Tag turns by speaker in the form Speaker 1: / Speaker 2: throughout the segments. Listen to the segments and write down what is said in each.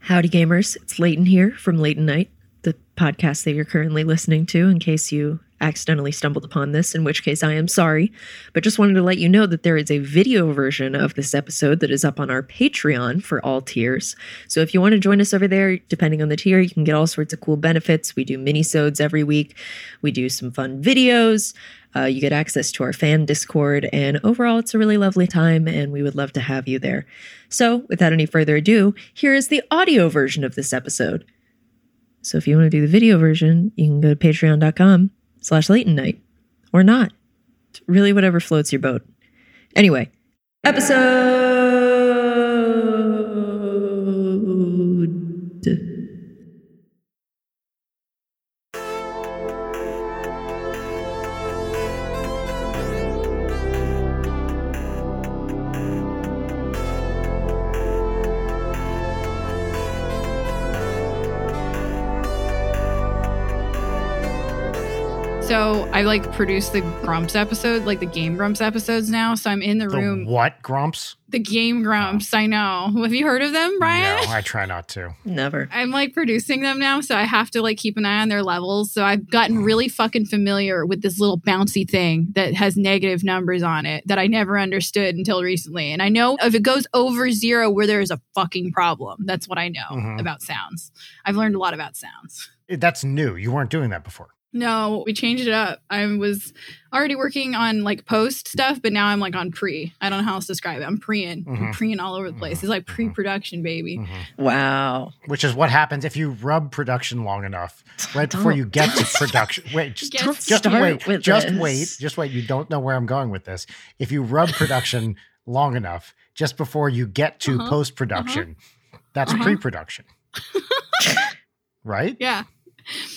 Speaker 1: Howdy, gamers. It's Leighton here from Leighton Night, the podcast that you're currently listening to, in case you accidentally stumbled upon this, in which case I am sorry. But just wanted to let you know that there is a video version of this episode that is up on our Patreon for all tiers. So if you want to join us over there, depending on the tier, you can get all sorts of cool benefits. We do mini-sodes every week, we do some fun videos. Uh, you get access to our fan Discord, and overall, it's a really lovely time, and we would love to have you there. So, without any further ado, here is the audio version of this episode. So, if you want to do the video version, you can go to patreon.com slash Leighton Night or not. It's really, whatever floats your boat. Anyway, episode.
Speaker 2: So I like produce the Grumps episode, like the Game Grumps episodes now. So I'm in the,
Speaker 3: The
Speaker 2: room.
Speaker 3: what grumps?
Speaker 2: The Game Grumps, I know. Have you heard of them, Brian?
Speaker 3: No, I try not to.
Speaker 1: Never.
Speaker 2: I'm like producing them now, so I have to like keep an eye on their levels. So I've gotten really fucking familiar with this little bouncy thing that has negative numbers on it that I never understood until recently. And I know if it goes over zero, where there is a fucking problem. That's what I know
Speaker 3: Mhm.
Speaker 2: about sounds. I've learned a lot about sounds.
Speaker 3: Eh, That's new. You weren't doing that before.
Speaker 2: No, we changed it up. I was already working on like post stuff, but now I'm like on pre. I don't know how else to describe it. I'm pre-in. I'm
Speaker 3: Mhm.
Speaker 2: pre-in all over the place. It's like
Speaker 3: Mm-hmm.
Speaker 2: pre-production, baby.
Speaker 3: Mhm.
Speaker 1: Wow.
Speaker 3: Which is what happens if you rub production long enough. Right
Speaker 2: Oh,
Speaker 3: before you get to production. Wait, just,
Speaker 2: Yes.
Speaker 1: Don't
Speaker 3: just
Speaker 1: start
Speaker 3: wait.
Speaker 1: with
Speaker 3: Just
Speaker 1: this.
Speaker 3: wait. Just wait. You don't know where I'm going with this. If you rub production long enough, just before you get to
Speaker 2: Uh-huh.
Speaker 3: post production, that's
Speaker 2: Uh-huh.
Speaker 3: pre production. right?
Speaker 2: Yeah.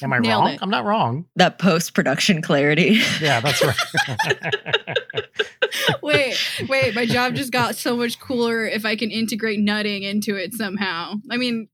Speaker 3: Am I
Speaker 2: Nailed
Speaker 3: wrong?
Speaker 2: it.
Speaker 3: I'm not wrong.
Speaker 1: That post production clarity.
Speaker 3: Yeah, that's right.
Speaker 2: Wait, wait. My job just got so much cooler if I can integrate nutting into it somehow. I mean,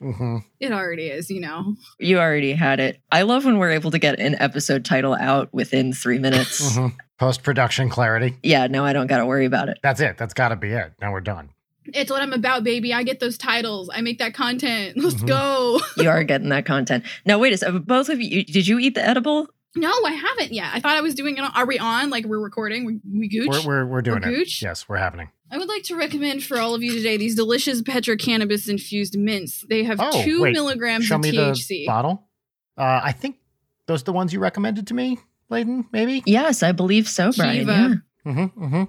Speaker 3: Mhm.
Speaker 2: it already is, you know.
Speaker 1: You already had it. I love when we're able to get an episode title out within three minutes.
Speaker 3: Mhm. Post production clarity.
Speaker 1: Yeah, now I don't got to worry about it.
Speaker 3: That's it. That's got to be it. Now we're done.
Speaker 2: It's what I'm about, baby. I get those titles. I make that content. Let's
Speaker 3: Mhm.
Speaker 2: go.
Speaker 1: You are getting that content. Now, wait a second. Both of you, did you eat the edible?
Speaker 2: No, I haven't yet. I thought I was doing it. On, are we on? Like we're recording? We, we gooch?
Speaker 3: We're, we're, we're doing it.
Speaker 2: gooch?
Speaker 3: Yes, we're happening.
Speaker 2: I would like to recommend for all of you today these delicious Petra cannabis infused mints. They have
Speaker 3: Oh,
Speaker 2: two
Speaker 3: wait.
Speaker 2: milligrams
Speaker 3: Show
Speaker 2: of
Speaker 3: me the
Speaker 2: THC.
Speaker 3: bottle. Uh, I think those are the ones you recommended to me, Layden, maybe?
Speaker 1: Yes, I believe so, Brian.
Speaker 2: Kiva.
Speaker 1: Yeah.
Speaker 3: Mm-hmm, mm-hmm.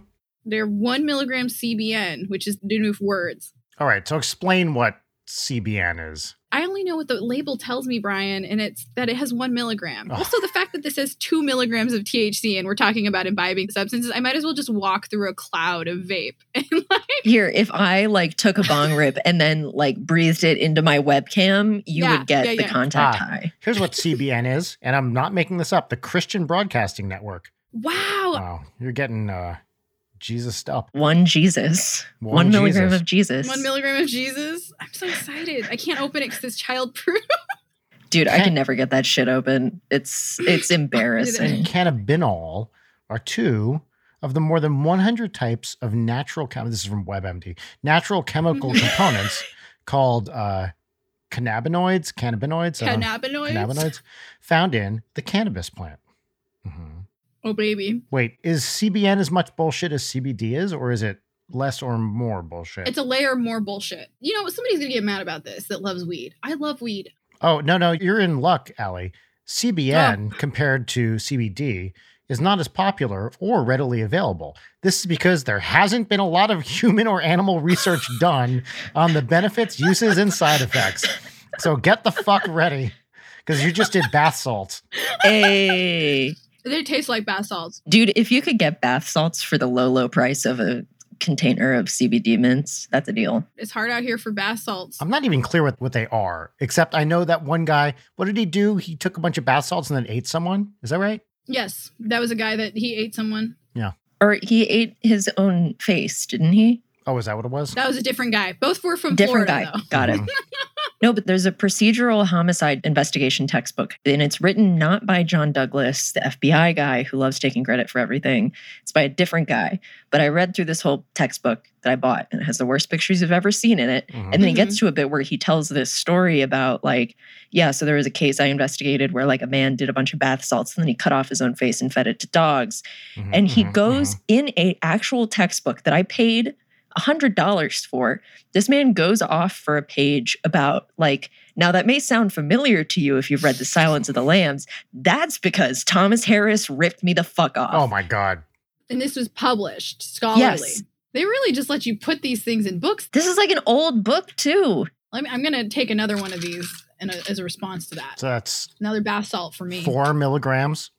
Speaker 2: They're one milligram CBN, which is the new words.
Speaker 3: All right, so explain what CBN is.
Speaker 2: I only know what the label tells me, Brian, and it's that it has one milligram.
Speaker 3: Oh.
Speaker 2: Also, the fact that this has two milligrams of THC and we're talking about imbibing substances, I might as well just walk through a cloud of vape. And like,
Speaker 1: Here, if I like took a bong rip and then like breathed it into my webcam, you
Speaker 2: Yeah,
Speaker 1: would get
Speaker 2: yeah,
Speaker 1: the
Speaker 2: yeah.
Speaker 1: contact
Speaker 3: Ah.
Speaker 1: high.
Speaker 3: Here's what CBN is, and I'm not making this up. The Christian Broadcasting Network.
Speaker 2: wow,
Speaker 3: Wow, you're getting uh, Jesus up.
Speaker 1: One Jesus. One,
Speaker 3: One
Speaker 1: milligram
Speaker 3: Jesus.
Speaker 1: of Jesus.
Speaker 2: one milligram of Jesus. I'm so excited. I can't open it because it's childproof.
Speaker 1: Dude, I can never get that shit open. It's it's embarrassing.
Speaker 3: And cannabinol are two of the more than 100 types of natural chem. This is from WebMD. Natural chemical components called uh, cannabinoids, cannabinoids, I don't-
Speaker 2: Cannabinoids.
Speaker 3: cannabinoids found in the cannabis plant. Mhm.
Speaker 2: Oh, baby.
Speaker 3: Wait, is CBN as much bullshit as CBD is, or is it less or more bullshit?
Speaker 2: It's a layer more bullshit. You know, somebody's gonna get mad about this that loves weed. I love weed.
Speaker 3: oh, no, no, you're in luck, Allie.
Speaker 1: Oh.
Speaker 3: CBN compared to CBD is not as popular or readily available. This is because there hasn't been a lot of human or animal research done on the benefits, uses, and side effects. So get the fuck ready because you just did bath salts.
Speaker 1: hey.
Speaker 2: They taste like bath salts.
Speaker 1: Dude, if you could get bath salts for the low, low price of a container of CBD mints, that's a deal.
Speaker 2: It's hard out here for bath salts.
Speaker 3: I'm not even clear with what they are, except I know that one guy, what did he do? He took a bunch of bath salts and then ate someone. Is that right?
Speaker 2: yes, that was a guy that he ate someone.
Speaker 1: Or he ate his own face, didn't he?
Speaker 3: Oh, is that what it was?
Speaker 2: That was a different guy. Both were from
Speaker 1: Different
Speaker 2: Florida,
Speaker 1: guy. Got it. No, but there's a procedural homicide investigation textbook, and it's written not by John Douglas, the FBI guy who loves taking credit for everything. It's by a different guy. But I read through this whole textbook that I bought, and it has the worst pictures I've ever seen in it. And
Speaker 3: Mhm.
Speaker 1: then he
Speaker 2: Mhm.
Speaker 1: gets to a bit where he tells this story about, like, yeah, so there was a case I investigated where, like, a man did a bunch of bath salts and then he cut off his own face and fed it to dogs
Speaker 3: Mhm,
Speaker 1: and he
Speaker 3: mhm,
Speaker 1: goes
Speaker 3: mhm.
Speaker 1: in a actual textbook that i paid $100 for this man goes off for a page about like now that may sound familiar to you if you've read the silence of the lambs that's because thomas harris ripped me the fuck off
Speaker 3: Oh my god.
Speaker 2: And this was published scholarly.
Speaker 1: Yes.
Speaker 2: They really just let you put these things in books.
Speaker 1: this is like an old book too
Speaker 2: Let me, I'm going to take another one of these in a, as a response to that.
Speaker 3: So that's
Speaker 2: Another bath salt for me.
Speaker 3: four milligrams.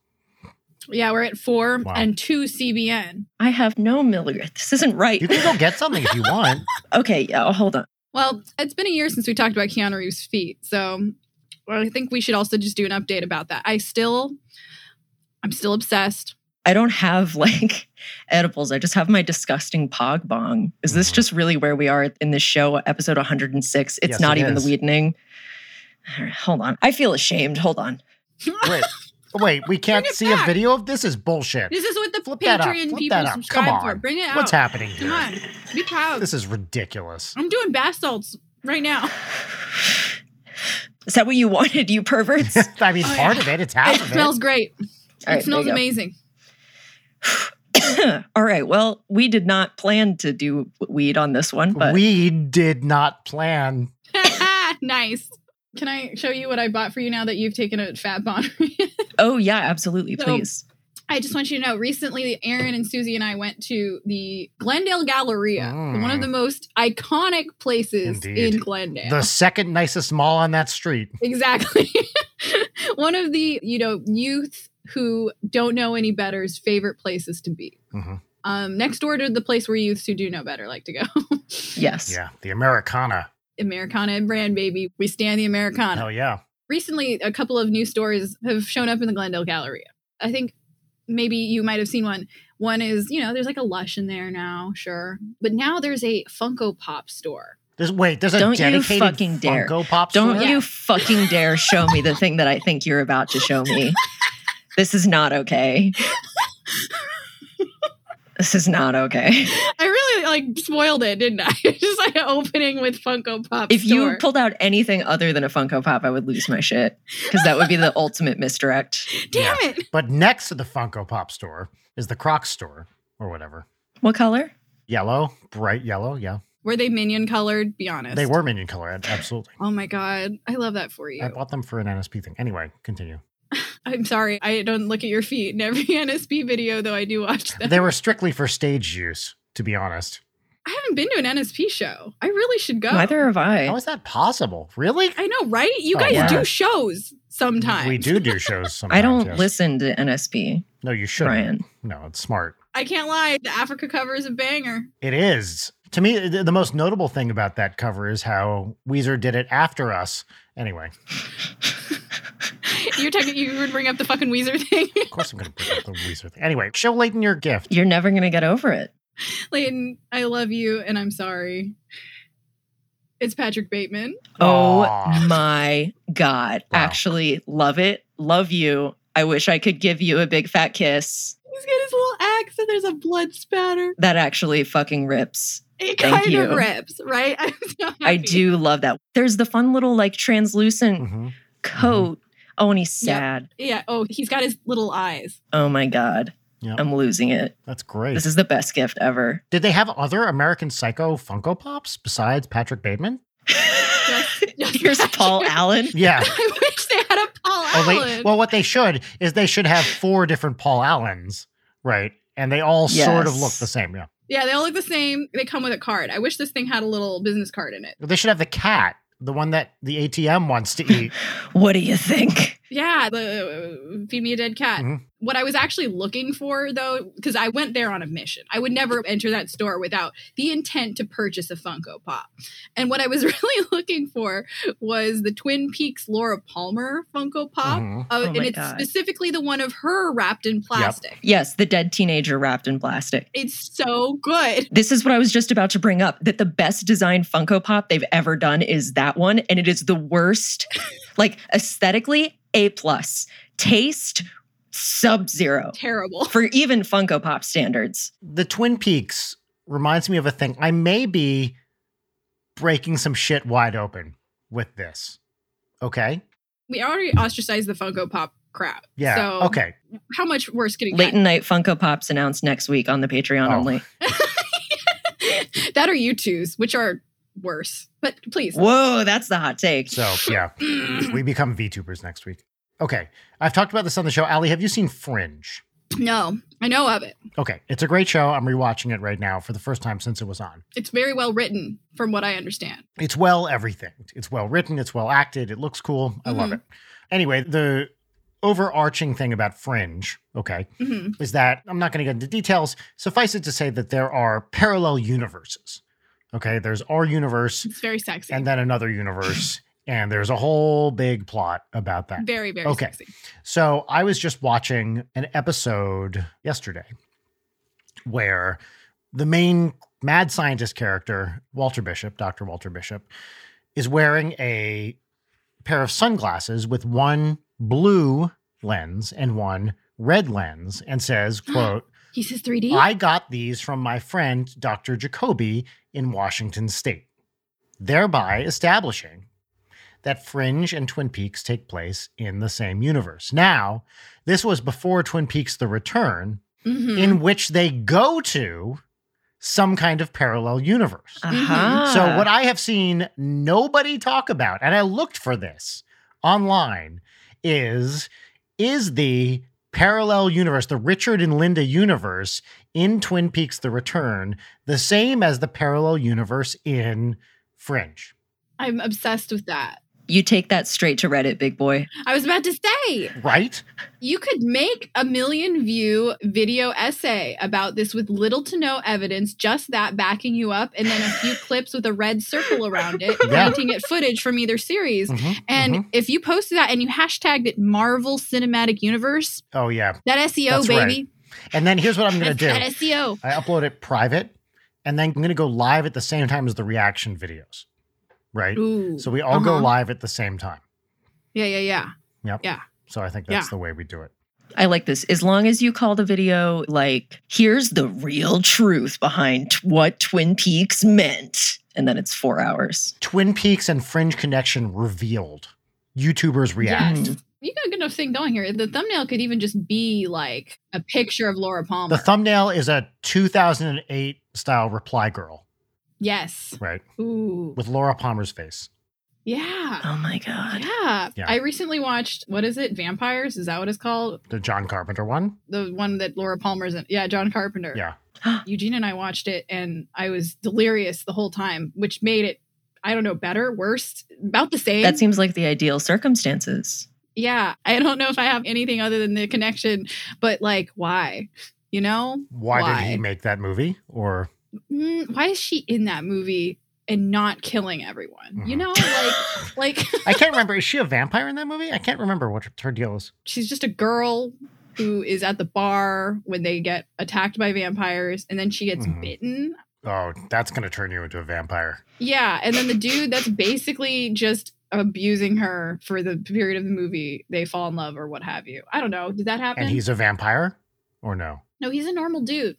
Speaker 2: Yeah, we're at four
Speaker 3: Wow.
Speaker 2: and two CBN.
Speaker 1: i have no milligram this isn't right
Speaker 3: You can go get something if you want.
Speaker 1: okay yeah oh, hold on
Speaker 2: Well, it's been a year since we talked about Keanu Reeves' feet, so well, I think we should also just do an update about that. I still, I'm still obsessed.
Speaker 1: i don't have like edibles i just have my disgusting pog bong is this
Speaker 3: Mhm.
Speaker 1: just really where we are in this show episode 106 it's
Speaker 3: Yes,
Speaker 1: not
Speaker 3: it
Speaker 1: even
Speaker 3: is.
Speaker 1: the weedening All right, hold on i feel ashamed hold on
Speaker 3: Wait, wait, we can't
Speaker 2: Bring it
Speaker 3: see a
Speaker 2: back.
Speaker 3: video of this. Is bullshit.
Speaker 2: This is what the
Speaker 3: Flip that up,
Speaker 2: Patreon
Speaker 3: flip
Speaker 2: people
Speaker 3: that up, come
Speaker 2: subscribe for.
Speaker 3: on.
Speaker 2: Bring it out.
Speaker 3: What's happening
Speaker 2: Come
Speaker 3: here?
Speaker 2: on, be proud.
Speaker 3: This is ridiculous.
Speaker 2: I'm doing bath salts right now.
Speaker 1: Is that what you wanted, you perverts? All
Speaker 3: I mean,
Speaker 2: Oh,
Speaker 3: part
Speaker 2: yeah.
Speaker 3: of it. It's half
Speaker 2: it
Speaker 3: of
Speaker 2: smells great.
Speaker 1: right,
Speaker 2: it smells
Speaker 1: there you
Speaker 2: amazing.
Speaker 1: go. All right. Well, we did not plan to do weed on this one,
Speaker 3: it.
Speaker 1: but
Speaker 3: We did not plan.
Speaker 2: nice. Can I show you what I bought for you now that you've taken a fat bond?
Speaker 1: oh yeah, absolutely,
Speaker 2: So-
Speaker 1: please.
Speaker 2: I just want you to know recently, Aaron and Susie and I went to the Glendale Galleria,
Speaker 3: Mm.
Speaker 2: one of the most iconic places
Speaker 3: Indeed.
Speaker 2: in Glendale.
Speaker 3: The second nicest mall on that street.
Speaker 2: exactly. one of the, you know, youth who don't know any better's favorite places to be.
Speaker 3: Mhm.
Speaker 2: Um, next door to the place where youths who do know better like to go.
Speaker 1: Yes.
Speaker 3: Yeah, the Americana.
Speaker 2: Americana and brand, baby. We stand the Americana.
Speaker 3: Hell yeah.
Speaker 2: recently a couple of new stores have shown up in the Glendale Galleria. I think maybe you might have seen one. One is, you know, there's like a Lush in there now, sure. But now there's a Funko Pop store.
Speaker 3: There's wait. There's a
Speaker 1: Don't you
Speaker 3: dedicated
Speaker 1: fucking dare.
Speaker 3: Funko Pop
Speaker 1: Don't
Speaker 3: store?
Speaker 1: you
Speaker 2: Yeah.
Speaker 1: fucking dare show me the thing that I think you're about to show me. this is not okay. this is not okay.
Speaker 2: I really like spoiled it, didn't I? Just like opening with Funko Pop
Speaker 1: If you
Speaker 2: store.
Speaker 1: pulled out anything other than a Funko Pop, I would lose my shit because that would be the ultimate misdirect.
Speaker 2: Damn it.
Speaker 3: But next to the Funko Pop store is the Crocs store or whatever.
Speaker 1: What color?
Speaker 3: Yellow, bright yellow. Yeah,
Speaker 2: Were they minion colored? Be honest.
Speaker 3: they were minion color. ab- Absolutely.
Speaker 2: Oh my God. I love that for you.
Speaker 3: I bought them for an NSP thing. Anyway, continue.
Speaker 2: I'm sorry. I don't look at your feet in every NSP video, though I do watch them.
Speaker 3: They were strictly for stage use, to be honest.
Speaker 2: I haven't been to an NSP show. I really should go.
Speaker 1: Neither have I.
Speaker 3: How is that possible? Really?
Speaker 2: I know, right? You
Speaker 3: Oh,
Speaker 2: guys
Speaker 1: wow.
Speaker 2: do shows sometimes.
Speaker 3: We do do shows sometimes.
Speaker 1: I don't
Speaker 3: yes.
Speaker 1: listen to NSP,
Speaker 3: No, you shouldn't.
Speaker 1: Ryan.
Speaker 3: No, it's smart.
Speaker 2: I can't lie. The Africa cover is a banger.
Speaker 3: It is. To me, th- the most notable thing about that cover is how Weezer did it after us. Anyway,
Speaker 2: You're talking. You would bring up the fucking Weezer thing.
Speaker 3: of course I'm going to bring up the Weezer thing. Anyway, show Leighton your gift.
Speaker 1: You're never going to get over it.
Speaker 2: Layton, I love you, and I'm sorry. It's Patrick Bateman.
Speaker 1: Oh
Speaker 3: Aw.
Speaker 1: my God.
Speaker 3: Wow.
Speaker 1: Actually, love it. Love you. I wish I could give you a big fat kiss.
Speaker 2: He's got his little axe, and there's a blood spatter.
Speaker 1: That actually fucking rips.
Speaker 2: It
Speaker 1: Thank
Speaker 2: kind
Speaker 1: you.
Speaker 2: of rips, right? I'm so
Speaker 1: I
Speaker 2: happy.
Speaker 1: do love that. There's the fun little like translucent
Speaker 3: Mhm.
Speaker 1: coat. Oh, and he's
Speaker 2: Yep.
Speaker 1: sad.
Speaker 2: Yeah. Oh, he's got his little eyes.
Speaker 1: Oh my God.
Speaker 3: Yep.
Speaker 1: I'm losing it.
Speaker 3: That's great.
Speaker 1: This is the best gift ever.
Speaker 3: Did they have other American Psycho Funko Pops besides Patrick Bateman?
Speaker 2: just
Speaker 1: Here's Paul
Speaker 2: Patrick.
Speaker 1: Allen.
Speaker 3: Yeah.
Speaker 2: I wish they had a Paul
Speaker 3: Oh,
Speaker 2: Allen.
Speaker 3: they, well, what they should is they should have four different Paul Allens, right? And they all sort of look
Speaker 1: Yes.
Speaker 3: the same. Yeah.
Speaker 2: yeah, they all look the same. They come with a card. I wish this thing had a little business card in it.
Speaker 3: They should have the cat, the one that the ATM wants to eat.
Speaker 1: What do you think?
Speaker 2: Yeah, the uh, feed me a dead cat.
Speaker 3: Mhm.
Speaker 2: What I was actually looking for, though, because I went there on a mission, I would never enter that store without the intent to purchase a Funko Pop. And what I was really looking for was the Twin Peaks Laura Palmer Funko Pop,
Speaker 3: Mhm.
Speaker 2: Uh,
Speaker 1: Oh
Speaker 2: and
Speaker 1: my
Speaker 2: it's
Speaker 1: God.
Speaker 2: specifically the one of her wrapped in plastic.
Speaker 1: Yes, the dead teenager wrapped in plastic.
Speaker 2: It's so good.
Speaker 1: This is what I was just about to bring up that the best designed Funko Pop they've ever done is that one. And it is the worst, like aesthetically, A plus. Taste, sub zero
Speaker 2: Terrible.
Speaker 1: for even Funko Pop standards.
Speaker 3: The Twin Peaks reminds me of a thing. I may be breaking some shit wide open with this. Okay.
Speaker 2: We already ostracized the Funko Pop crowd.
Speaker 3: Yeah.
Speaker 2: So
Speaker 3: okay.
Speaker 2: how much worse could it
Speaker 1: Late and night Funko Pops announced next week on the Patreon
Speaker 3: Oh.
Speaker 1: only.
Speaker 2: get? that are you twos, which are worse. But please.
Speaker 1: Whoa, that's the hot take.
Speaker 3: So yeah, we become VTubers next week. Okay. I've talked about this on the show. Ali, have you seen Fringe?
Speaker 2: No, I know of it.
Speaker 3: Okay. It's a great show. I'm rewatching it right now for the first time since it was on.
Speaker 2: It's very well written, from what I understand.
Speaker 3: It's well everything. It's well written. It's well acted. It looks cool. I love
Speaker 2: Mhm.
Speaker 3: it. Anyway, the overarching thing about Fringe, okay,
Speaker 2: hmm
Speaker 3: is that I'm not going to get into details. Suffice it to say that there are parallel universes. Okay, there's our universe
Speaker 2: It's very sexy.
Speaker 3: and then another universe, and there's a whole big plot about that.
Speaker 2: very, very
Speaker 3: Okay.
Speaker 2: sexy.
Speaker 3: So I was just watching an episode yesterday where the main mad scientist character, Walter Bishop, Dr. Walter Bishop, is wearing a pair of sunglasses with one blue lens and one red lens and says, quote,
Speaker 2: He says 3D.
Speaker 3: I got these from my friend Dr. Jacoby in Washington State, thereby establishing that Fringe and Twin Peaks take place in the same universe. Now, this was before Twin Peaks The Return,
Speaker 2: Mhm.
Speaker 3: in which they go to some kind of parallel universe.
Speaker 2: Mm-hmm.
Speaker 1: Aha.
Speaker 3: So, what I have seen nobody talk about, and I looked for this online, is is the parallel universe, the Richard and Linda universe in Twin Peaks: The Return, the same as the parallel universe in Fringe?
Speaker 2: I'm obsessed with that.
Speaker 1: you take that straight to Reddit, big boy.
Speaker 2: I was about to say,
Speaker 3: Right?
Speaker 2: you could make a million view video essay about this with little to no evidence, just that backing you up, and then a few clips with a red circle around it,
Speaker 3: Yeah.
Speaker 2: pointing at footage from either series.
Speaker 3: Mhm,
Speaker 2: And
Speaker 3: mhm.
Speaker 2: if you posted that and you hashtagged it Marvel Cinematic Universe,
Speaker 3: oh yeah.
Speaker 2: that SEO,
Speaker 3: That's right.
Speaker 2: baby.
Speaker 3: And then here's what I'm gonna
Speaker 2: That's
Speaker 3: do:
Speaker 2: that E SEO.
Speaker 3: I upload it private, and then I'm gonna go live at the same time as the reaction videos. Right?
Speaker 2: Ooh.
Speaker 3: So we all go
Speaker 2: uh-huh.
Speaker 3: live at the same time.
Speaker 2: Yeah, yeah, yeah.
Speaker 3: So I think that's
Speaker 2: Yeah.
Speaker 3: the way we do it.
Speaker 1: I like this. As long as you call the video, like, here's the real truth behind t- what Twin Peaks meant. And then it's four hours.
Speaker 3: Twin Peaks and Fringe Connection revealed. YouTubers react.
Speaker 2: Yes.
Speaker 1: Mm.
Speaker 2: You got a good enough thing going here. The thumbnail could even just be like a picture of Laura Palmer.
Speaker 3: The thumbnail is a 2008 style reply girl,
Speaker 2: yes.
Speaker 3: right?
Speaker 2: Ooh.
Speaker 3: With Laura Palmer's face.
Speaker 2: Yeah.
Speaker 1: Oh my God.
Speaker 2: Yeah.
Speaker 3: Yeah.
Speaker 2: I recently watched, what is it? Vampires? Is that what it's called?
Speaker 3: The John Carpenter one.
Speaker 2: The one that Laura Palmer's in. Yeah, John Carpenter.
Speaker 3: Yeah.
Speaker 2: Eugene and I watched it and I was delirious the whole time, which made it, I don't know, better, worse, about the same.
Speaker 1: That seems like the ideal circumstances.
Speaker 2: yeah. I don't know if I have anything other than the connection, but like, why? You know?
Speaker 3: Why, did
Speaker 2: Why?
Speaker 3: he make that movie? Or
Speaker 2: mm, why is she in that movie and not killing everyone? You
Speaker 3: Mhm.
Speaker 2: know, like like
Speaker 3: I can't remember. is she a vampire in that movie? I can't remember what her, her deal is.
Speaker 2: she's just a girl who is at the bar when they get attacked by vampires and then she gets
Speaker 3: Mhm.
Speaker 2: bitten.
Speaker 3: Oh, that's going to turn you into a vampire.
Speaker 2: Yeah, and then the dude that's basically just abusing her for the period of the movie, they fall in love or what have you. I don't know. Did that happen?
Speaker 3: And he's a vampire or no?
Speaker 2: no, he's a normal dude.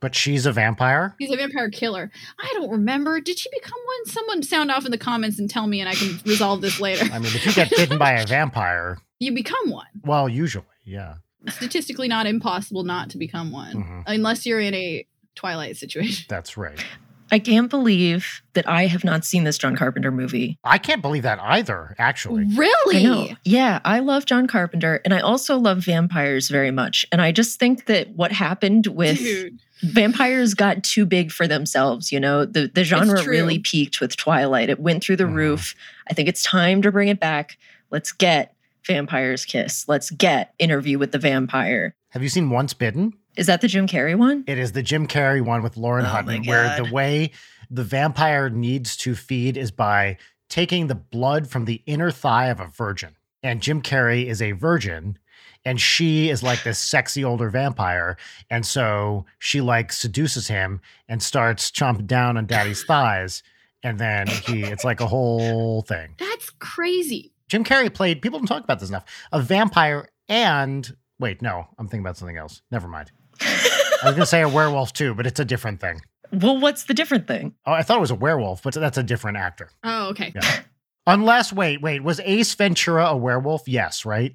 Speaker 3: But she's a vampire?
Speaker 2: He's a vampire killer. I don't remember. Did she become one? Someone sound off in the comments and tell me and I can resolve this later.
Speaker 3: I mean, if you get bitten by a vampire,
Speaker 2: you become one.
Speaker 3: well, usually, yeah.
Speaker 2: statistically not impossible not to become one
Speaker 3: Mhm.
Speaker 2: unless you're in a twilight situation
Speaker 3: That's right.
Speaker 1: I can't believe that I have not seen this John Carpenter movie.
Speaker 3: I can't believe that either, actually.
Speaker 1: I know.
Speaker 2: really
Speaker 1: Yeah, I love John Carpenter and I also love vampires very much. And I just think that what happened with
Speaker 2: dude
Speaker 1: vampires got too big for themselves you know the the genre
Speaker 2: true.
Speaker 1: really peaked with twilight it went through the
Speaker 3: Mhm.
Speaker 1: roof i think it's time to bring it back let's get Vampire's Kiss. Let's get Interview with the Vampire.
Speaker 3: Have you seen Once Bitten?
Speaker 1: Is that the Jim Carrey one?
Speaker 3: It is the Jim Carrey one with Lauren
Speaker 1: Oh my
Speaker 3: Hutton, where the
Speaker 1: God.
Speaker 3: way the vampire needs to feed is by taking the blood from the inner thigh of a virgin. And Jim Carrey is a virgin, and she is like this sexy older vampire. And so she like seduces him and starts chomping down on daddy's thighs. And then he, it's like a whole thing.
Speaker 2: That's crazy.
Speaker 3: Jim Carrey played, people don't talk about this enough, a vampire and, wait, no, I'm thinking about something else. Never mind. I was gonna say a werewolf too, but it's a different thing.
Speaker 1: well, what's the different thing?
Speaker 3: Oh, I thought it was a werewolf, but that's a different actor.
Speaker 2: Oh, okay.
Speaker 3: Yeah. Unless, wait, wait, was Ace Ventura a werewolf? Yes, right.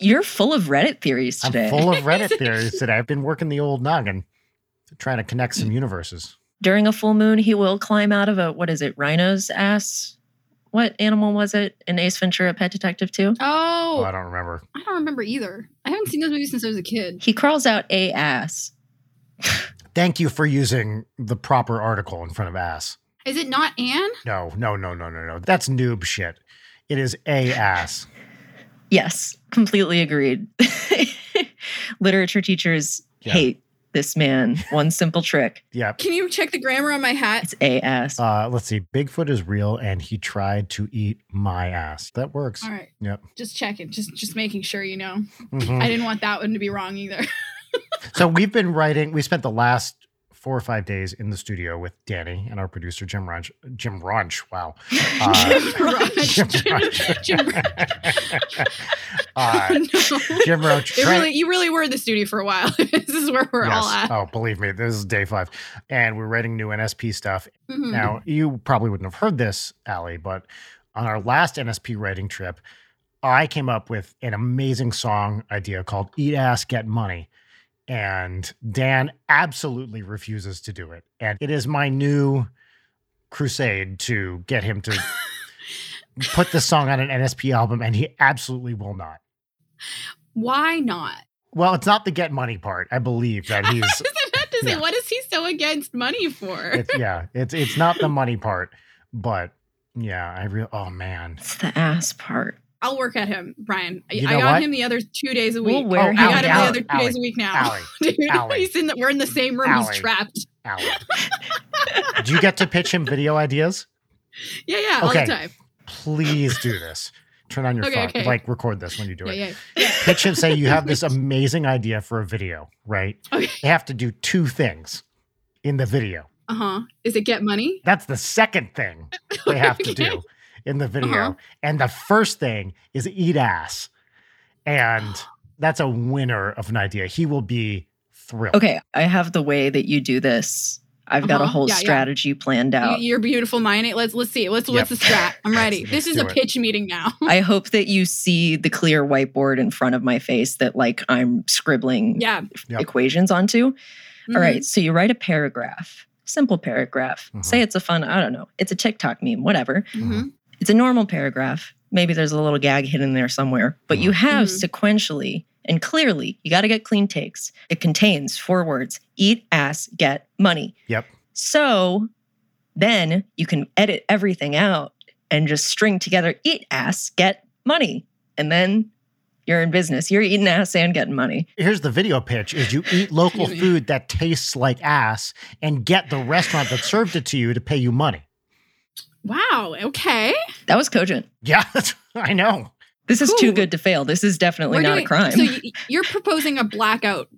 Speaker 1: You're full of Reddit theories today.
Speaker 3: I'm full of Reddit theories today. I've been working the old noggin, trying to connect some universes.
Speaker 1: During a full moon, he will climb out of a, what is it, rhino's ass? What animal was it in Ace Ventura Pet Detective 2?
Speaker 3: Oh,
Speaker 2: Oh,
Speaker 3: I don't remember.
Speaker 2: I don't remember either. I haven't seen those movies since I was a kid.
Speaker 1: He crawls out a ass.
Speaker 3: Thank you for using the proper article in front of ass.
Speaker 2: Is it not Anne?
Speaker 3: No, no, no, no, no, no. That's noob shit. It is a ass.
Speaker 1: Yes, completely agreed. Literature teachers
Speaker 3: Yeah.
Speaker 1: hate this man. One simple trick
Speaker 3: Yep.
Speaker 2: Can you check the grammar on my hat?
Speaker 1: it's a ass.
Speaker 3: Uh, let's see. Bigfoot is real, and he tried to eat my ass. That works.
Speaker 2: All right.
Speaker 3: Yep.
Speaker 2: Just checking. Just just making sure you know.
Speaker 3: Mhm.
Speaker 2: I didn't want that one to be wrong either.
Speaker 3: So we've been writing. We spent the last four or five days in the studio with Danny and our producer Jim Runch. Jim Runch. Wow. Uh,
Speaker 1: Jim
Speaker 3: Jim
Speaker 2: Jim-
Speaker 3: Runch.
Speaker 2: Jim-
Speaker 3: uh,
Speaker 2: no.
Speaker 3: Jim Roach.
Speaker 2: It
Speaker 3: try-
Speaker 2: really, you really were in the studio for a while. this is where we're all at.
Speaker 3: Yes. Oh, believe me, this is day five, and we're writing new NSP stuff.
Speaker 2: Mhm.
Speaker 3: Now, you probably wouldn't have heard this, Allie, but on our last NSP writing trip, I came up with an amazing song idea called Eat Ass, Get Money. And Dan absolutely refuses to do it. And it is my new crusade to get him to put this song on an NSP album, and he absolutely will not.
Speaker 2: Why not?
Speaker 3: Well, it's not the get money part. I believe that
Speaker 2: I
Speaker 3: he's
Speaker 2: was about to say,
Speaker 3: yeah.
Speaker 2: what is he so against money for?
Speaker 3: it's, yeah, it's it's not the money part, but yeah, I real oh man.
Speaker 1: It's the ass part.
Speaker 2: I'll work at him, Brian. I,
Speaker 3: You
Speaker 2: I
Speaker 3: know
Speaker 2: got
Speaker 3: what?
Speaker 2: him the other two days a
Speaker 1: We'll
Speaker 2: week.
Speaker 1: wear
Speaker 3: Oh,
Speaker 1: him.
Speaker 2: I
Speaker 3: Allie,
Speaker 2: got him the
Speaker 3: Allie,
Speaker 2: other two days a week now.
Speaker 3: Allie,
Speaker 2: Dude,
Speaker 3: Allie.
Speaker 2: he's in the, we're in the same room. He's
Speaker 3: Allie.
Speaker 2: trapped.
Speaker 3: Allie. Do you get to pitch him video ideas?
Speaker 2: Yeah, yeah, all
Speaker 3: Okay.
Speaker 2: the time.
Speaker 3: Please do this. Turn on your
Speaker 2: Okay,
Speaker 3: phone.
Speaker 2: okay.
Speaker 3: Like record this when you do
Speaker 2: Yeah,
Speaker 3: it.
Speaker 2: yeah.
Speaker 3: Pitch him, say you have this amazing idea for a video, right?
Speaker 2: Okay.
Speaker 3: You have to do two things in the video.
Speaker 2: Uh huh. Is it get money?
Speaker 3: That's the second thing they have to
Speaker 2: Okay.
Speaker 3: do in the video.
Speaker 2: Uh-huh.
Speaker 3: And the first thing is eat ass. And that's a winner of an idea. He will be thrilled.
Speaker 1: Okay, I have the way that you do this. I've got a
Speaker 2: Uh-huh.
Speaker 1: whole
Speaker 2: Yeah, yeah.
Speaker 1: strategy planned
Speaker 2: You,
Speaker 1: out.
Speaker 2: your beautiful mind. it- Let's let's see. Let's what's the strat? I'm ready.
Speaker 3: Let's-
Speaker 2: this
Speaker 3: let's
Speaker 2: is a
Speaker 3: do it.
Speaker 2: pitch meeting now.
Speaker 1: I hope that you see the clear whiteboard in front of my face that like I'm scribbling
Speaker 2: yeah.
Speaker 3: Yep.
Speaker 1: equations onto. All
Speaker 2: Mhm.
Speaker 1: right, so you write a paragraph, simple paragraph.
Speaker 3: Mhm.
Speaker 1: Say it's a fun, I don't know, it's a TikTok meme, whatever.
Speaker 2: Mhm.
Speaker 1: It's a normal paragraph. Maybe there's a little gag hidden there somewhere, but you have
Speaker 2: Mhm.
Speaker 1: sequentially and clearly, you got to get clean takes. It contains four words eat, ass, get, money.
Speaker 3: Yep.
Speaker 1: So then you can edit everything out and just string together eat, ass, get, money. And then you're in business. You're eating ass and getting money.
Speaker 3: Here's the video pitch is you eat local
Speaker 2: Excuse me.
Speaker 3: food that tastes like ass and get the restaurant that served it to you to pay you money.
Speaker 2: Wow. Okay.
Speaker 1: That was cogent.
Speaker 3: Yeah, that's- I know.
Speaker 1: This is too
Speaker 2: Cool.
Speaker 1: good to fail. This is definitely
Speaker 2: We're
Speaker 1: not
Speaker 2: doing-
Speaker 1: a crime.
Speaker 2: So y- you're proposing a blackout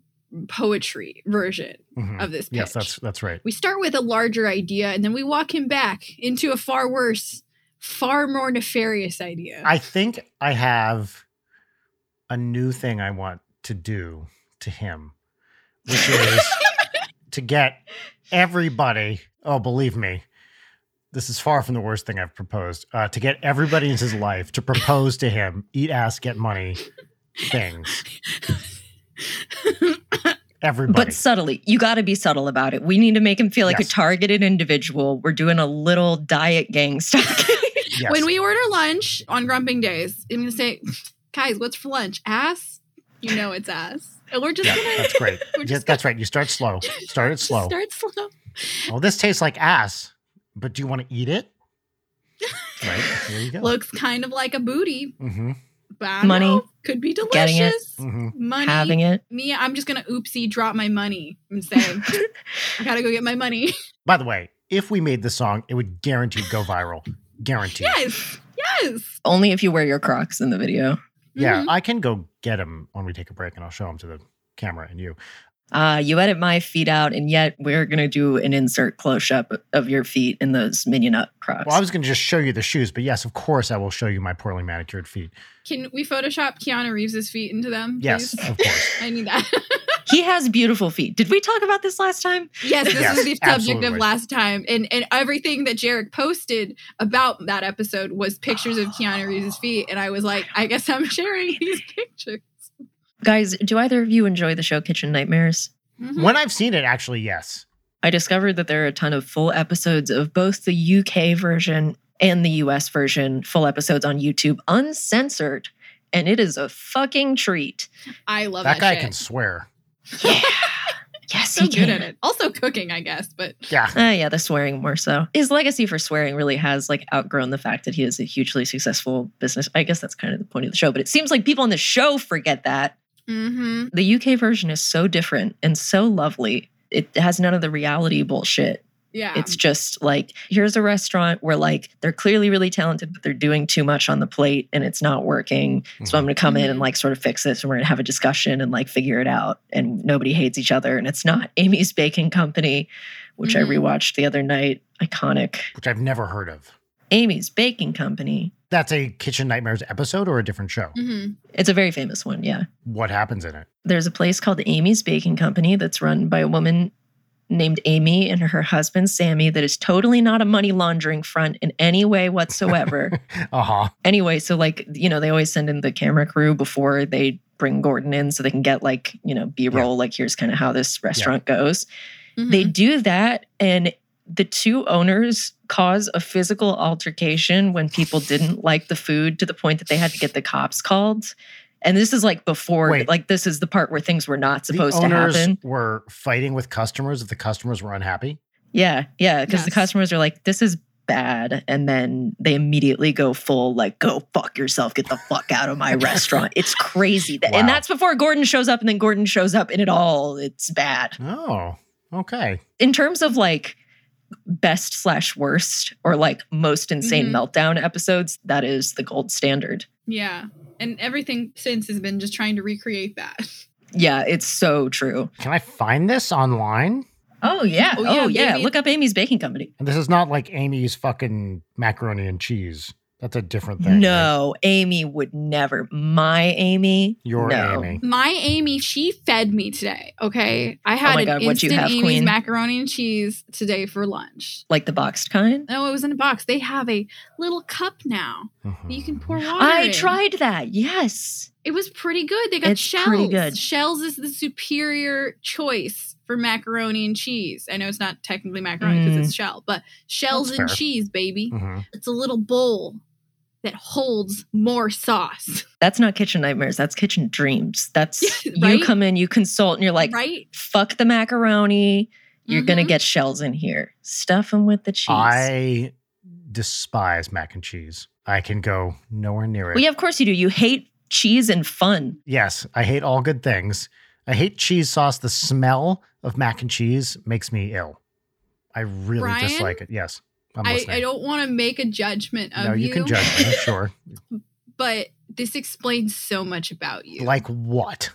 Speaker 2: poetry version
Speaker 3: Mhm.
Speaker 2: of this pitch.
Speaker 3: Yes, that's that's right.
Speaker 2: we start with a larger idea and then we walk him back into a far worse, far more nefarious idea.
Speaker 3: I think I have a new thing I want to do to him, which is to get everybody. Oh, believe me, this is far from the worst thing I've proposed. Uh, to get everybody in his life to propose to him, eat ass, get money, things. Everybody.
Speaker 1: But subtly, you got to be subtle about it. We need to make him feel like
Speaker 3: Yes.
Speaker 1: a targeted individual. We're doing a little diet gang stock.
Speaker 3: yes.
Speaker 2: When we order lunch on grumping days, I'm gonna say, guys, what's for lunch? Ass? You know it's ass. And we're just
Speaker 3: yeah,
Speaker 2: gonna
Speaker 3: that's great.
Speaker 2: we're
Speaker 3: Yeah,
Speaker 2: just
Speaker 3: that's right. You start slow. Start it slow.
Speaker 2: start slow.
Speaker 3: well, this tastes like ass, but do you want to eat it? Right. There you go.
Speaker 2: Looks kind of like a booty.
Speaker 3: hmm
Speaker 2: But I don't
Speaker 1: Money.
Speaker 2: know. could be
Speaker 1: Getting it.
Speaker 2: delicious.
Speaker 3: hmm
Speaker 2: Money.
Speaker 1: having it.
Speaker 2: Me, I'm just gonna oopsie drop my money and say, I gotta go get my money.
Speaker 3: By the way, if we made the song, it would guaranteed go viral. Guaranteed.
Speaker 2: yes, yes.
Speaker 1: Only if you wear your Crocs in the video.
Speaker 3: Yeah,
Speaker 2: Mhm.
Speaker 3: I can go get them when we take a break and I'll show them to the camera and you.
Speaker 1: Uh, you edit my feet out, and yet we're gonna do an insert close up of your feet in those minion up Crocs.
Speaker 3: Well, I was going to just show you the shoes, but yes, of course, I will show you my poorly manicured feet.
Speaker 2: Can we Photoshop Keanu Reeves's feet into them?
Speaker 3: Yes,
Speaker 2: please?
Speaker 3: of course.
Speaker 2: I need that.
Speaker 1: he has beautiful feet. Did we talk about this last time?
Speaker 2: yes, this
Speaker 3: Yes,
Speaker 2: was the subject of
Speaker 3: absolutely.
Speaker 2: last time, and and everything that Jarek posted about that episode was pictures of Keanu Reeves's feet, and I was like, I guess I'm sharing these pictures.
Speaker 1: Guys, do either of you enjoy the show Kitchen Nightmares? Mm-hmm.
Speaker 2: Mhm.
Speaker 3: when I've seen it, actually, yes.
Speaker 1: I discovered that there are a ton of full episodes of both the UK version and the US version, full episodes on YouTube, uncensored. And it is a fucking treat.
Speaker 2: I love that,
Speaker 3: that guy
Speaker 2: shit.
Speaker 3: can swear.
Speaker 1: Yeah. yes,
Speaker 2: so
Speaker 1: he
Speaker 2: good
Speaker 1: can.
Speaker 2: at it. Also cooking, I guess, but
Speaker 3: Yeah.
Speaker 1: Uh, yeah, the swearing more so. His legacy for swearing really has like outgrown the fact that he is a hugely successful business. I guess that's kind of the point of the show, but it seems like people on the show forget that.
Speaker 2: hmm
Speaker 1: The UK version is so different and so lovely. It has none of the reality bullshit
Speaker 2: yeah,
Speaker 1: It's just like, here's a restaurant where like they're clearly really talented, but they're doing too much on the plate and it's not working. So I'm gonna come in and like sort of fix this and we're gonna have a discussion and like figure it out. And nobody hates each other. And it's not Amy's Baking Company, which
Speaker 2: Mhm.
Speaker 1: I rewatched the other night. Iconic.
Speaker 3: Which I've never heard of.
Speaker 1: Amy's Baking Company.
Speaker 3: That's a Kitchen Nightmares episode or a different show?
Speaker 2: hmm
Speaker 1: It's a very famous one, yeah.
Speaker 3: What happens in it?
Speaker 1: There's a place called Amy's Baking Company that's run by a woman named Amy and her husband Sammy that is totally not a money laundering front in any way whatsoever.
Speaker 3: Uh huh.
Speaker 1: anyway, so like, you know, they always send in the camera crew before they bring Gordon in so they can get like, you know, B roll, like, here's kind of how this restaurant goes.
Speaker 2: Mm-hmm.
Speaker 1: They do that. And the two owners cause a physical altercation when people didn't like the food to the point that they had to get the cops called. And this is like before,
Speaker 3: Wait.
Speaker 1: like, this is the part where things were not supposed
Speaker 3: the
Speaker 1: to
Speaker 3: owners
Speaker 1: happen.
Speaker 3: were fighting with customers if the customers were unhappy.
Speaker 1: Yeah, yeah, because the
Speaker 2: Yes.
Speaker 1: customers are like, "This is bad," and then they immediately go full like, "Go fuck yourself, get the fuck out of my restaurant." It's crazy, that,
Speaker 3: Wow.
Speaker 1: and that's before Gordon shows up, and then Gordon shows up, and it all it's bad
Speaker 3: Oh, okay.
Speaker 1: in terms of like best slash worst or like most insane
Speaker 2: Mhm.
Speaker 1: meltdown episodes. That is the gold standard.
Speaker 2: yeah, and everything since has been just trying to recreate that.
Speaker 1: Yeah, it's so true.
Speaker 3: Can I find this online?
Speaker 1: Oh yeah,
Speaker 2: Oh, yeah,
Speaker 1: oh yeah.
Speaker 2: baby.
Speaker 1: Look up Amy's Baking Company.
Speaker 3: And this is not like Amy's fucking macaroni and cheese. That's a different thing. right?
Speaker 1: No, Amy would never. My Amy.
Speaker 3: Your
Speaker 1: no.
Speaker 3: Amy.
Speaker 2: My Amy, she fed me today. Okay, I had
Speaker 1: Oh my
Speaker 2: an
Speaker 1: God, what'd you
Speaker 2: instant
Speaker 1: have,
Speaker 2: Amy's
Speaker 1: queen?
Speaker 2: macaroni and cheese today for lunch.
Speaker 1: Like the boxed kind.
Speaker 2: No, it was in a box. They have a little cup now that
Speaker 3: Mm-hmm.
Speaker 2: you can pour water.
Speaker 1: I
Speaker 2: in.
Speaker 1: tried that. Yes.
Speaker 2: It was pretty good. They got
Speaker 1: It's
Speaker 2: shells.
Speaker 1: pretty good.
Speaker 2: Shells is the superior choice for macaroni and cheese. I know it's not technically macaroni because
Speaker 1: Mm.
Speaker 2: it's shell, but shells
Speaker 3: That's
Speaker 2: and
Speaker 3: fair.
Speaker 2: cheese, baby.
Speaker 3: hmm
Speaker 2: It's a little bowl that holds more sauce.
Speaker 1: That's not kitchen nightmares. That's kitchen dreams. That's
Speaker 2: Yeah, right?
Speaker 1: you come in, you consult, and you're like,
Speaker 2: right?
Speaker 1: fuck the macaroni. You're gonna
Speaker 2: Mhm.
Speaker 1: get shells in here. Stuff them with the cheese.
Speaker 3: I despise mac and cheese. I can go nowhere near it.
Speaker 1: well, yeah, of course you do. You hate cheese and fun.
Speaker 3: Yes, I hate all good things. I hate cheese sauce. The smell of mac and cheese makes me ill. I really
Speaker 2: Brian?
Speaker 3: dislike it. Yes, I'm
Speaker 2: I,
Speaker 3: listening.
Speaker 2: I don't want to make a judgment of
Speaker 3: no, you,
Speaker 2: you.
Speaker 3: can judge me. Sure.
Speaker 2: but this explains so much about you.
Speaker 3: Like what?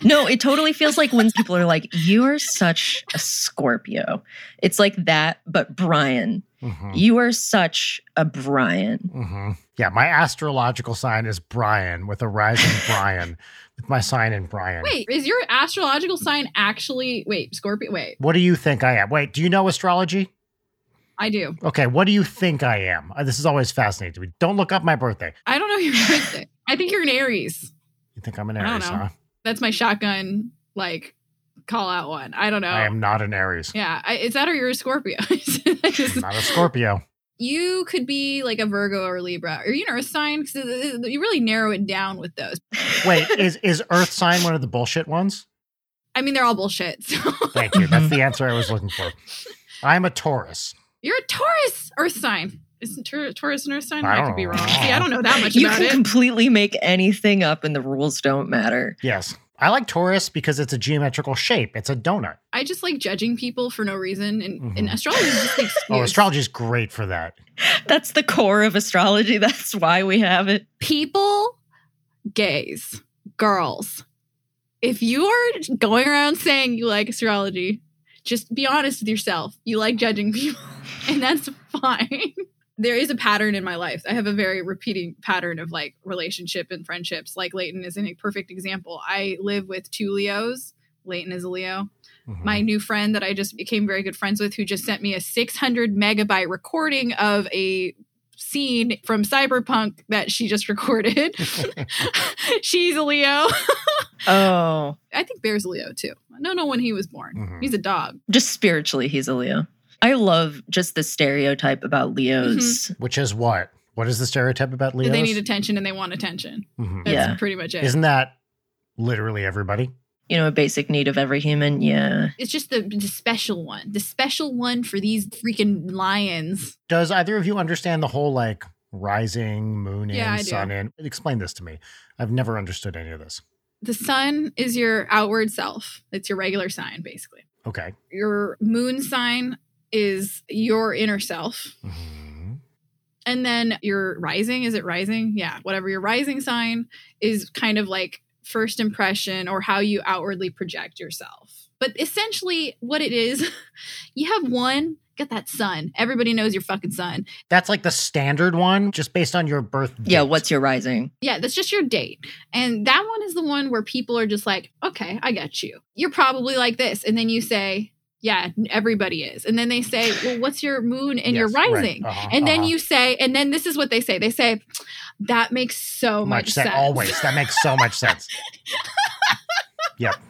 Speaker 1: No, it totally feels like when people are like, "You are such a Scorpio." It's like that, but Brian,
Speaker 3: hmm
Speaker 1: you are such a Brian.
Speaker 3: hmm Yeah, my astrological sign is Brian with a rising Brian. With my sign in Brian.
Speaker 2: wait, is your astrological sign actually wait, Scorpio? Wait,
Speaker 3: What do you think I am? Wait, do you know astrology?
Speaker 2: I do.
Speaker 3: Okay, what do you think I am? Uh, This is always fascinating to me. Don't look up my birthday.
Speaker 2: I don't know your birthday. I think you're an Aries.
Speaker 3: You think I'm an
Speaker 2: I don't
Speaker 3: Aries,
Speaker 2: know.
Speaker 3: huh?
Speaker 2: That's my shotgun like call out one. I don't know.
Speaker 3: I am not an Aries.
Speaker 2: yeah, I, it's that or you're a Scorpio.
Speaker 3: I'm not a Scorpio.
Speaker 2: You could be like a Virgo or Libra or you know a sign because uh, you really narrow it down with those.
Speaker 3: Wait, is is Earth sign one of the bullshit ones?
Speaker 2: I mean, they're all bullshit. So
Speaker 3: Thank you. That's the answer I was looking for. I'm a Taurus.
Speaker 2: you're a Taurus Earth sign. Isn't Taur- Taurus and Earth sign?
Speaker 3: I
Speaker 2: I,
Speaker 3: don't
Speaker 2: could be
Speaker 3: know.
Speaker 2: wrong. See, I don't know that much
Speaker 1: you
Speaker 2: about
Speaker 1: can
Speaker 2: it.
Speaker 1: completely make anything up and the rules don't matter.
Speaker 3: Yes. I like Taurus because it's a geometrical shape. It's a donut.
Speaker 2: I just like judging people for no reason, and, and
Speaker 3: Mhm.
Speaker 2: astrology is just an excuse.
Speaker 3: Oh, astrology is great for that.
Speaker 1: That's the core of astrology. That's why we have it.
Speaker 2: People, gays, girls. If you are going around saying you like astrology, just be honest with yourself. You like judging people, and that's fine. There is a pattern in my life. I have a very repeating pattern of like relationship and friendships. Like Leighton is a perfect example. I live with two Leos. Leighton is a Leo.
Speaker 3: Mhm.
Speaker 2: my new friend that I just became very good friends with, who just sent me a 600 megabyte recording of a scene from Cyberpunk that she just recorded. She's a Leo.
Speaker 1: Oh,
Speaker 2: I think Bear's a Leo too. I don't know when he was born.
Speaker 3: Mhm.
Speaker 2: He's a dog.
Speaker 1: just spiritually, he's a Leo. I love just the stereotype about Leos.
Speaker 3: Which is what? What is the stereotype about Leos?
Speaker 2: They need attention and they want attention.
Speaker 3: Mhm.
Speaker 2: That's
Speaker 1: Yeah.
Speaker 2: pretty much it.
Speaker 3: Isn't that literally everybody?
Speaker 1: You know, a basic need of every human. Yeah.
Speaker 2: it's just the, the special one, the special one for these freaking lions.
Speaker 3: Does either of you understand the whole like rising, moon in,
Speaker 2: Yeah, I do.
Speaker 3: sun in? Explain this to me. I've never understood any of this.
Speaker 2: The sun is your outward self. It's your regular sign, basically.
Speaker 3: Okay.
Speaker 2: Your moon sign is your inner self. Mm-hmm.
Speaker 3: Mhm.
Speaker 2: And then your rising, is it rising? Yeah, whatever your rising sign is kind of like first impression or how you outwardly project yourself. But essentially, what it is, you have one, get that sun. Everybody knows your fucking sun.
Speaker 3: That's like the standard one, just based on your birth.
Speaker 1: Yeah.
Speaker 3: date.
Speaker 1: What's your rising?
Speaker 2: Yeah, that's just your date. And that one is the one where people are just like, okay, I got you. You're probably like this. And then you say, yeah, everybody is. And then they say, well, what's your moon and your
Speaker 3: Yes, right.
Speaker 2: rising?
Speaker 3: Uh-huh,
Speaker 2: And then
Speaker 3: uh-huh.
Speaker 2: you say, and then this is what they say. They say, that makes so much,
Speaker 3: much
Speaker 2: sense.
Speaker 3: sense. Always. That makes so much sense.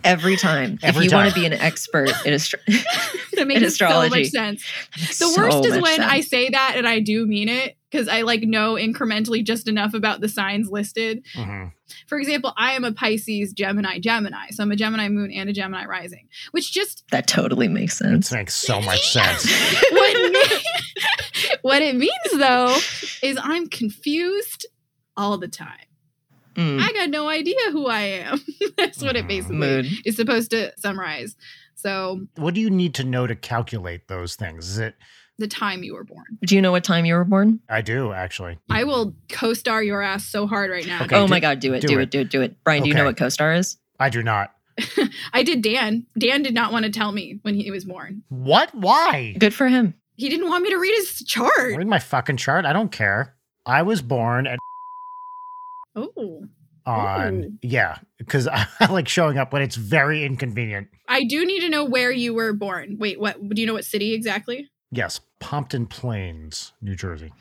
Speaker 1: Every time.
Speaker 3: Every
Speaker 1: if you want to
Speaker 3: time.
Speaker 1: be an expert in astro-
Speaker 2: that makes so
Speaker 1: astrology.
Speaker 2: much sense. The
Speaker 1: So
Speaker 2: worst is
Speaker 1: much
Speaker 2: when I
Speaker 1: sense.
Speaker 2: say that and I do mean it because I like know incrementally just enough about the signs listed.
Speaker 3: Mhm.
Speaker 2: For example, I am a Pisces, Gemini, Gemini. So I'm a Gemini moon and a Gemini rising, which just
Speaker 1: That totally makes
Speaker 3: It
Speaker 1: sense.
Speaker 3: makes so much sense.
Speaker 2: what it, mean- what it means though is I'm confused all the time.
Speaker 1: Mm.
Speaker 2: I got no idea who I am. That's what it basically
Speaker 1: Mood.
Speaker 2: is supposed to summarize. So
Speaker 3: What do you need to know to calculate those things? Is it?
Speaker 2: the time you were born.
Speaker 1: Do you know what time you were born?
Speaker 3: I do actually.
Speaker 2: I will co-star your ass so hard right now.
Speaker 3: Okay,
Speaker 1: oh my
Speaker 3: do-
Speaker 1: God. Do it. Do,
Speaker 3: do
Speaker 1: it.
Speaker 3: it.
Speaker 1: Do it. Do it. Brian, do you know
Speaker 3: Okay.
Speaker 1: what co-star is?
Speaker 3: I do not.
Speaker 2: I did Dan. Dan did not want to tell me when he was born.
Speaker 3: What? Why?
Speaker 1: Good for him.
Speaker 2: He didn't want me to read his chart.
Speaker 3: Read my fucking chart. I don't care. I was born at
Speaker 2: Oh,
Speaker 3: on
Speaker 2: Ooh.
Speaker 3: yeah, because I like showing up when it's very inconvenient.
Speaker 2: I do need to know where you were born. Wait, what? Do you know what city exactly?
Speaker 3: Yes, Pompton Plains, New Jersey.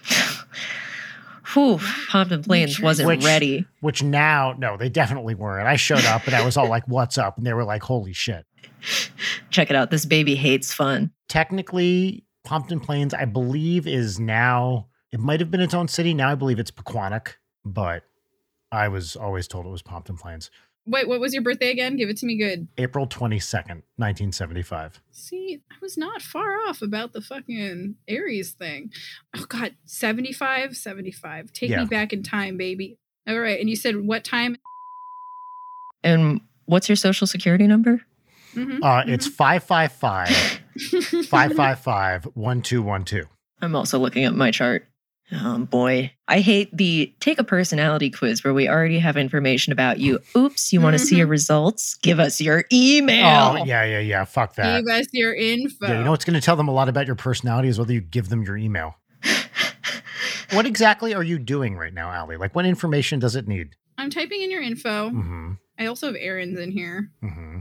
Speaker 1: Whew, Pompton Plains
Speaker 2: Jersey.
Speaker 1: wasn't
Speaker 3: Which-
Speaker 1: ready.
Speaker 3: Which now, no, they definitely weren't. I showed up and I was all like, "What's up?" And they were like, "Holy shit!"
Speaker 1: Check it out. This baby hates fun.
Speaker 3: Technically, Pompton Plains, I believe, is now. It might have been its own city. Now I believe it's Pequannock, but I was always told it was Pompton Plains.
Speaker 2: Wait, what was your birthday again? Give it to me good.
Speaker 3: April twenty second, nineteen seventy five.
Speaker 2: See, I was not far off about the fucking Aries thing. Oh, God. 75, 75. Take
Speaker 3: Yeah.
Speaker 2: me back in time, baby. All right. And you said what time?
Speaker 1: And what's your social security number?
Speaker 2: Mhm,
Speaker 3: Uh, it's five five five
Speaker 2: mhm.
Speaker 3: Uh, five five five one two one two.
Speaker 1: I'm also looking up my chart. Oh boy. I hate the take a personality quiz where we already have information about you. Oops, you want to see your results? Give us your email.
Speaker 3: Oh yeah, yeah, yeah. Fuck that.
Speaker 2: Give us your info.
Speaker 3: Yeah, you know what's going to tell them a lot about your personality is whether you give them your email. what exactly are you doing right now, Allie? Like, what information does it need?
Speaker 2: I'm typing in your info.
Speaker 3: Mm-hmm.
Speaker 2: I also have Aaron's in here.
Speaker 3: Mm-hmm.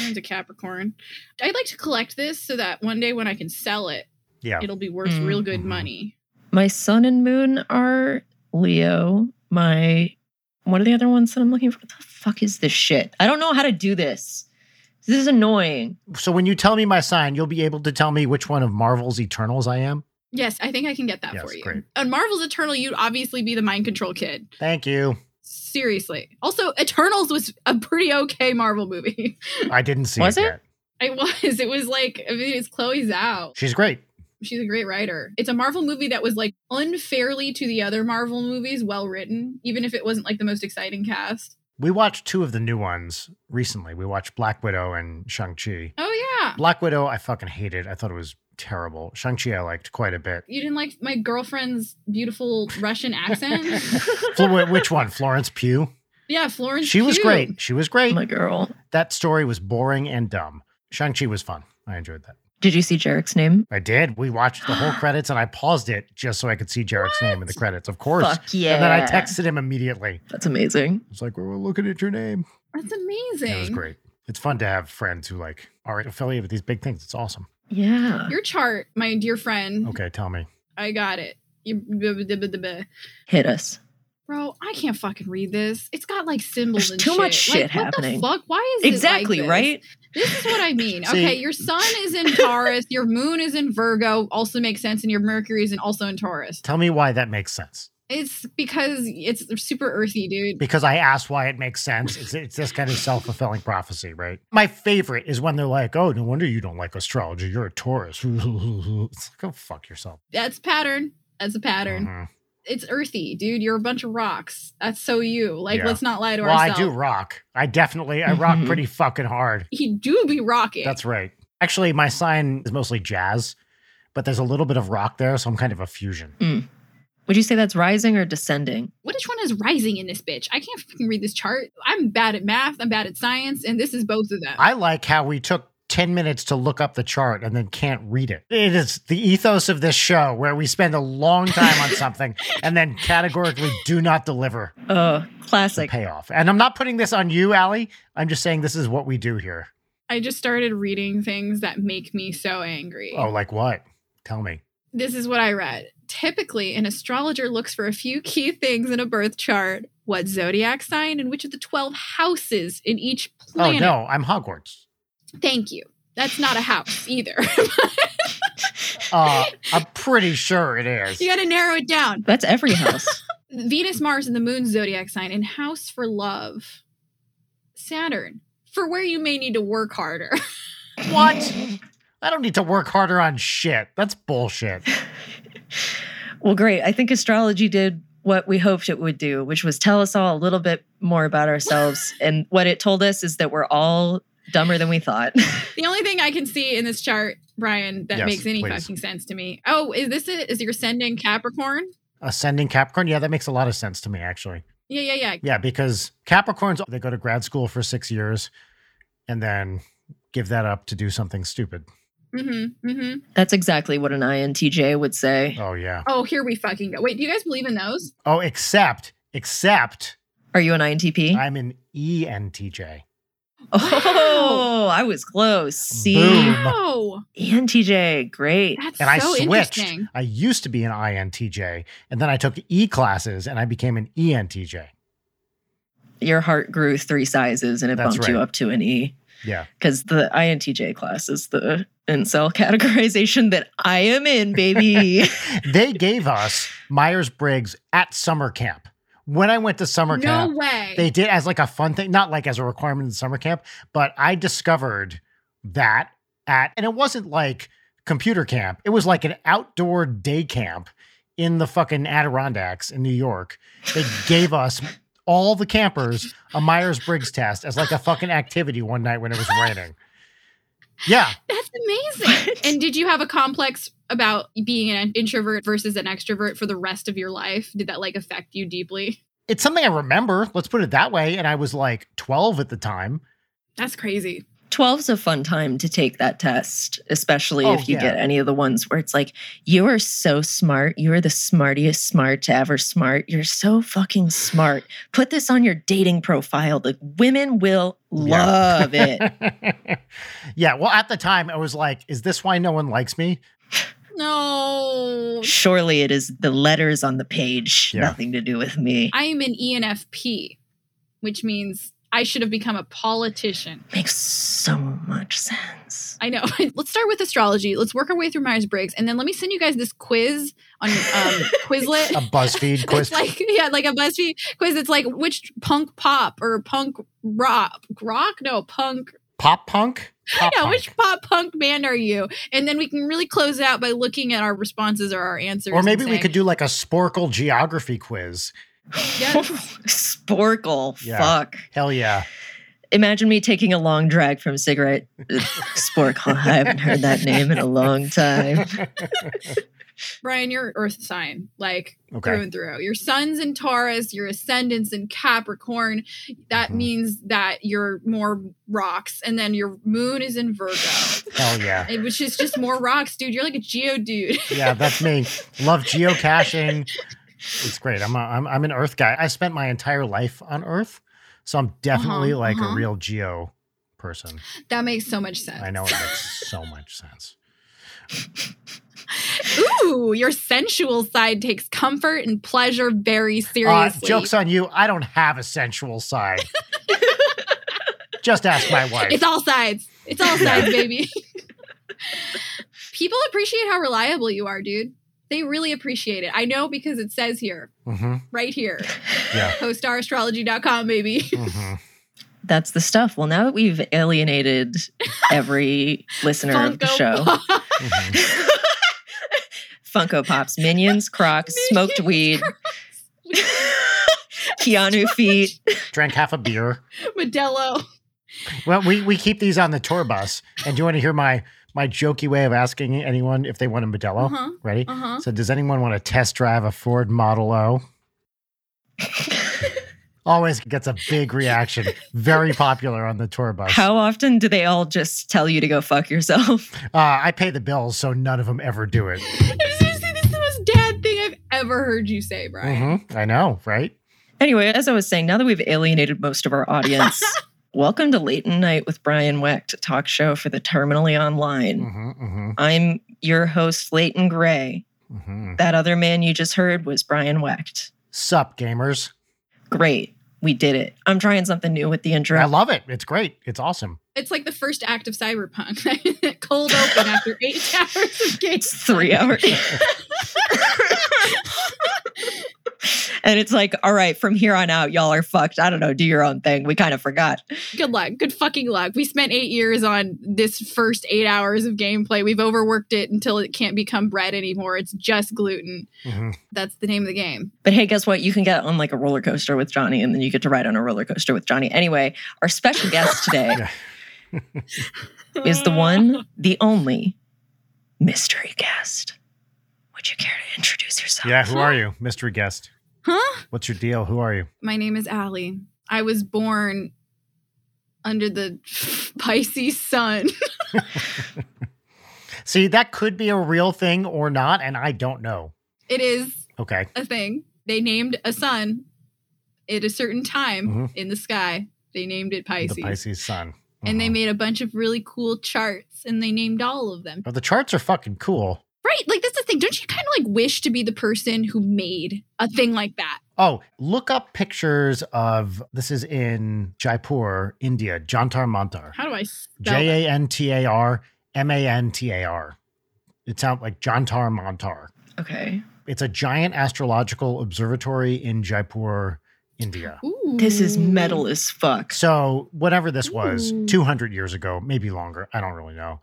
Speaker 2: Aaron's a Capricorn. I'd like to collect this so that one day when I can sell it,
Speaker 3: Yeah.
Speaker 2: it'll be worth
Speaker 1: Mm.
Speaker 2: real good
Speaker 3: Mhm.
Speaker 2: money.
Speaker 1: My sun and moon are Leo. My what are the other ones that I'm looking for? What the fuck is this shit? I don't know how to do this. This is annoying.
Speaker 3: So when you tell me my sign, you'll be able to tell me which one of Marvel's Eternals I am.
Speaker 2: Yes, I think I can get that
Speaker 3: Yes,
Speaker 2: for you.
Speaker 3: great.
Speaker 2: On Marvel's Eternal, you'd obviously be the mind control kid.
Speaker 3: Thank you.
Speaker 2: Seriously. Also, Eternals was a pretty okay Marvel movie.
Speaker 3: I didn't see
Speaker 1: Was
Speaker 3: it
Speaker 1: it?
Speaker 3: yet.
Speaker 2: it was. It was like I mean, it's Chloe Zhao.
Speaker 3: She's great.
Speaker 2: She's a great writer. It's a Marvel movie that was like unfairly to the other Marvel movies well written, even if it wasn't like the most exciting cast.
Speaker 3: We watched two of the new ones recently. We watched Black Widow and Shang-Chi.
Speaker 2: Oh yeah.
Speaker 3: Black Widow, I fucking hated. I thought it was terrible. Shang-Chi, I liked quite a bit.
Speaker 2: You didn't like my girlfriend's beautiful Russian accent?
Speaker 3: Flo- Which one? Florence Pugh?
Speaker 2: yeah, Florence.
Speaker 3: She was
Speaker 2: Pugh.
Speaker 3: great. She was great.
Speaker 1: My girl.
Speaker 3: That story was boring and dumb. Shang-Chi was fun. I enjoyed that.
Speaker 1: Did you see Jarek's name?
Speaker 3: I did. We watched the whole credits and I paused it just so I could see Jarek's name in the credits, of course.
Speaker 1: Fuck yeah.
Speaker 3: And then I texted him immediately.
Speaker 1: That's amazing.
Speaker 3: It's like, we're looking at your name.
Speaker 2: That's amazing.
Speaker 3: It was great. It's fun to have friends who like are affiliated with these big things. It's awesome.
Speaker 1: Mm-hmm. Yeah.
Speaker 2: Your chart, my dear friend.
Speaker 3: Okay, tell me.
Speaker 2: I got it. You-
Speaker 1: Hit us.
Speaker 2: Bro, I can't fucking read this. It's got like symbols
Speaker 1: There's
Speaker 2: and
Speaker 1: too
Speaker 2: shit.
Speaker 1: much shit
Speaker 2: like,
Speaker 1: happening.
Speaker 2: What the fuck? Why is it like
Speaker 1: Exactly,
Speaker 2: this?
Speaker 1: right?
Speaker 2: This is what I mean.
Speaker 3: See-
Speaker 2: okay, your sun is in Taurus, your moon is in Virgo, also makes sense, and your Mercury is in, also in Taurus.
Speaker 3: Tell me why that makes sense.
Speaker 2: It's because it's super earthy, dude.
Speaker 3: Because I asked why it makes sense. It's, it's this kind of self fulfilling prophecy, right? My favorite is when they're like, oh, no wonder you don't like astrology. You're a Taurus. it's like, go fuck yourself.
Speaker 2: That's pattern. That's a pattern.
Speaker 3: Mhm.
Speaker 2: It's earthy, dude. You're a bunch of rocks. That's so you. Like,
Speaker 3: Yeah.
Speaker 2: let's not lie to
Speaker 3: Well, I
Speaker 2: ourselves.
Speaker 3: do rock. I definitely, I rock
Speaker 1: Mhm.
Speaker 3: pretty fucking hard.
Speaker 2: He do be rocking.
Speaker 3: That's right. Actually, my sign is mostly jazz, but there's a little bit of rock there, so I'm kind of a fusion.
Speaker 1: Would you say that's rising or descending?
Speaker 2: what which one is rising in this bitch? I can't fucking read this chart. I'm bad at math. I'm bad at science, and this is both of them.
Speaker 3: I like how we took 10 minutes to look up the chart and then can't read it. It is the ethos of this show where we spend a long time on something and then categorically do not deliver
Speaker 1: Oh,
Speaker 3: the
Speaker 1: classic.
Speaker 3: payoff. And I'm not putting this on you, Allie. I'm just saying this is what we do here.
Speaker 2: I just started reading things that make me so angry.
Speaker 3: Oh, like what? Tell me.
Speaker 2: This is what I read. Typically, an astrologer looks for a few key things in a birth chart what zodiac sign and which of the 12 houses in each planet.
Speaker 3: Oh, no, I'm Hogwarts.
Speaker 2: Thank you. That's not a house either.
Speaker 3: Uh, I'm pretty sure it is.
Speaker 2: you got to narrow it down.
Speaker 1: That's every house.
Speaker 2: Venus, Mars, and the moon zodiac sign, and house for love. Saturn, for where you may need to work harder.
Speaker 3: What? I don't need to work harder on shit. That's bullshit.
Speaker 1: well, great. I think astrology did what we hoped it would do, which was tell us all a little bit more about ourselves. and what it told us is that we're all dumber than we thought.
Speaker 2: The only thing I can see in this chart, Brian, that
Speaker 3: Yes,
Speaker 2: makes any
Speaker 3: please.
Speaker 2: fucking sense to me. Oh, is this it? Is your ascending Capricorn?
Speaker 3: Ascending Capricorn. Yeah, that makes a lot of sense to me, actually.
Speaker 2: Yeah, yeah, yeah.
Speaker 3: Yeah, because Capricorns, they go to grad school for six years and then give that up to do something stupid.
Speaker 2: Mm-hmm. Mm-hmm.
Speaker 1: That's exactly what an INTJ would say.
Speaker 3: Oh, yeah.
Speaker 2: Oh, here we fucking go. Wait, do you guys believe in those?
Speaker 3: Oh, except, except
Speaker 1: Are you an INTP?
Speaker 3: I'm an E ENTJ.
Speaker 1: oh, I was close. See?
Speaker 3: Boom.
Speaker 2: Wow.
Speaker 1: INTJ, great.
Speaker 2: That's
Speaker 3: And
Speaker 2: so
Speaker 3: I switched.
Speaker 2: interesting.
Speaker 3: I used to be an INTJ and then I took E classes and I became an E ENTJ.
Speaker 1: Your heart grew three sizes and it
Speaker 3: That's
Speaker 1: bumped you
Speaker 3: right.
Speaker 1: up to an E.
Speaker 3: Yeah.
Speaker 1: Because the INTJ class is the incel categorization that I am in, baby.
Speaker 3: They gave us Myers Briggs at summer camp. When I went to summer camp,
Speaker 2: No way.
Speaker 3: they did as like a fun thing, not like as a requirement in summer camp, but I discovered that at, and it wasn't like computer camp. It was like an outdoor day camp in the fucking Adirondacks in New York. They gave us all the campers a Myers Briggs test as like a fucking activity one night when it was raining. Yeah.
Speaker 2: That's amazing. and did you have a complex about being an introvert versus an extrovert for the rest of your life? Did that like affect you deeply?
Speaker 3: It's something I remember. Let's put it that way. And I was like 12 at the time.
Speaker 2: That's crazy.
Speaker 1: 12's a fun time to take that test, especially
Speaker 3: Oh,
Speaker 1: if you
Speaker 3: yeah.
Speaker 1: get any of the ones where it's like, you are so smart. You are the smartiest smart to ever smart. You're so fucking smart. Put this on your dating profile. The women will
Speaker 3: Yeah.
Speaker 1: love it.
Speaker 3: yeah. Well, at the time, I was like, is this why no one likes me?
Speaker 2: No.
Speaker 1: Surely it is the letters on the page,
Speaker 3: Yeah.
Speaker 1: nothing to do with me.
Speaker 2: I am an E ENFP, which means I should have become a politician.
Speaker 1: Makes so much sense.
Speaker 2: I know. Let's start with astrology. Let's work our way through Myers Briggs, and then let me send you guys this quiz on um, Quizlet.
Speaker 3: a BuzzFeed
Speaker 2: It's
Speaker 3: quiz.
Speaker 2: like yeah, like a BuzzFeed quiz. It's like which punk pop or punk rock rock? No, punk
Speaker 3: Pop punk? Pop
Speaker 2: yeah,
Speaker 3: punk.
Speaker 2: which pop punk band are you? And then we can really close it out by looking at our responses or our answers.
Speaker 3: or
Speaker 2: and
Speaker 3: maybe we
Speaker 2: saying,
Speaker 3: could do like a Sporkle geography quiz.
Speaker 2: Yes.
Speaker 1: Sporkle.
Speaker 3: Yeah.
Speaker 1: Fuck.
Speaker 3: Hell yeah.
Speaker 1: Imagine me taking a long drag from cigarette. Ugh, Sporkle. I haven't heard that name in a long time.
Speaker 2: Brian, you're Earth sign, like through
Speaker 3: Okay.
Speaker 2: and through. Your sun's in Taurus, your ascendant's in Capricorn. That
Speaker 3: Mhm.
Speaker 2: means that you're more rocks, and then your moon is in Virgo,
Speaker 3: Hell yeah.
Speaker 2: eh, which is just more rocks, dude. You're like a geo dude.
Speaker 3: Yeah, that's me. Love geocaching. It's great. I'm, a, I'm I'm an Earth guy. I spent my entire life on Earth, so I'm definitely
Speaker 2: Uh-huh,
Speaker 3: like
Speaker 2: uh-huh.
Speaker 3: a real geo person.
Speaker 2: That makes so much sense.
Speaker 3: I know it makes so much sense.
Speaker 2: Ooh, your sensual side takes comfort and pleasure very
Speaker 3: Uh,
Speaker 2: seriously.
Speaker 3: jokes on you. I don't have a sensual side. Just ask my wife.
Speaker 2: It's all sides. It's all
Speaker 3: Yeah.
Speaker 2: sides, baby. People appreciate how reliable you are, dude. They really appreciate it. I know because it says here,
Speaker 3: hmm
Speaker 2: right here,
Speaker 3: Yeah.
Speaker 2: co-starastrology.com, baby.
Speaker 3: hmm
Speaker 1: That's the stuff. Well, now that we've alienated every listener of the
Speaker 2: Funko
Speaker 1: show,
Speaker 2: Pop.
Speaker 3: hmm
Speaker 1: Funko Pops, Minions, Crocs, smoked weed, Keanu feet.
Speaker 3: Drank half a beer.
Speaker 2: Modelo.
Speaker 3: Well, we, we keep these on the tour bus. And do you want to hear my my jokey way of asking anyone if they want a Modelo?
Speaker 2: Uh-huh.
Speaker 3: Ready?
Speaker 2: Uh-huh.
Speaker 3: So, does anyone want to test drive a Ford Model O? Always gets a big reaction. Very popular on the tour bus.
Speaker 1: How often do they all just tell you to go fuck yourself?
Speaker 3: Uh, I pay the bills, so none of them ever do it.
Speaker 2: Seriously, this is the most dad thing I've ever heard you say, Brian.
Speaker 3: Mhm. I know, right?
Speaker 1: Anyway, as I was saying, now that we've alienated most of our audience, welcome to Late in Night with Brian Wecht, a talk show for the terminally online.
Speaker 3: hmm hmm
Speaker 1: I'm your host, Leighton Gray.
Speaker 3: hmm
Speaker 1: That other man you just heard was Brian Wecht.
Speaker 3: Sup, gamers?
Speaker 1: Great. We did it. I'm trying something new with the intro.
Speaker 3: I love it. It's great. It's awesome.
Speaker 2: It's like the first act of cyberpunk. Cold open after eight hours of games.
Speaker 1: It's three hours. and it's like, all right, from here on out, y'all are fucked. I don't know. Do your own thing. We kind of forgot.
Speaker 2: Good luck. Good fucking luck. We spent eight years on this first eight hours of gameplay. We've overworked it until it can't become bread anymore. It's just gluten.
Speaker 3: hmm
Speaker 2: That's the name of the game.
Speaker 1: But hey, guess what? You can get on like a roller coaster with Johnny, and then you get to ride on a roller coaster with Johnny. Anyway, our special guest today is the one, the only mystery guest. Would you care to introduce yourself?
Speaker 3: Yeah, who are you? Mystery guest.
Speaker 2: Huh?
Speaker 3: What's your deal? Who are you?
Speaker 2: My name is Allie. I was born under the Pisces sun.
Speaker 3: See, that could be a real thing or not, and I don't know.
Speaker 2: It is
Speaker 3: Okay.
Speaker 2: a thing. They named a sun at a certain time
Speaker 3: Mhm.
Speaker 2: in the sky. They named it Pisces.
Speaker 3: The Pisces sun.
Speaker 2: And they
Speaker 3: Mhm.
Speaker 2: made a bunch of really cool charts and they named all of them
Speaker 3: But the charts are fucking cool.
Speaker 2: Right. Like that's the thing. Don't you kind of like wish to be the person who made a thing like that?
Speaker 3: Oh, look up pictures of this is in Jaipur, India. Jantar Mantar.
Speaker 2: How do I spell that?
Speaker 3: J A N T A R M A N T A R. It sounds like Jantar Mantar.
Speaker 1: Okay.
Speaker 3: It's a giant astrological observatory in Jaipur, India.
Speaker 2: Ooh.
Speaker 1: This is metal as fuck.
Speaker 3: So, whatever this was,
Speaker 2: Ooh.
Speaker 3: 200 years ago, maybe longer, I don't really know.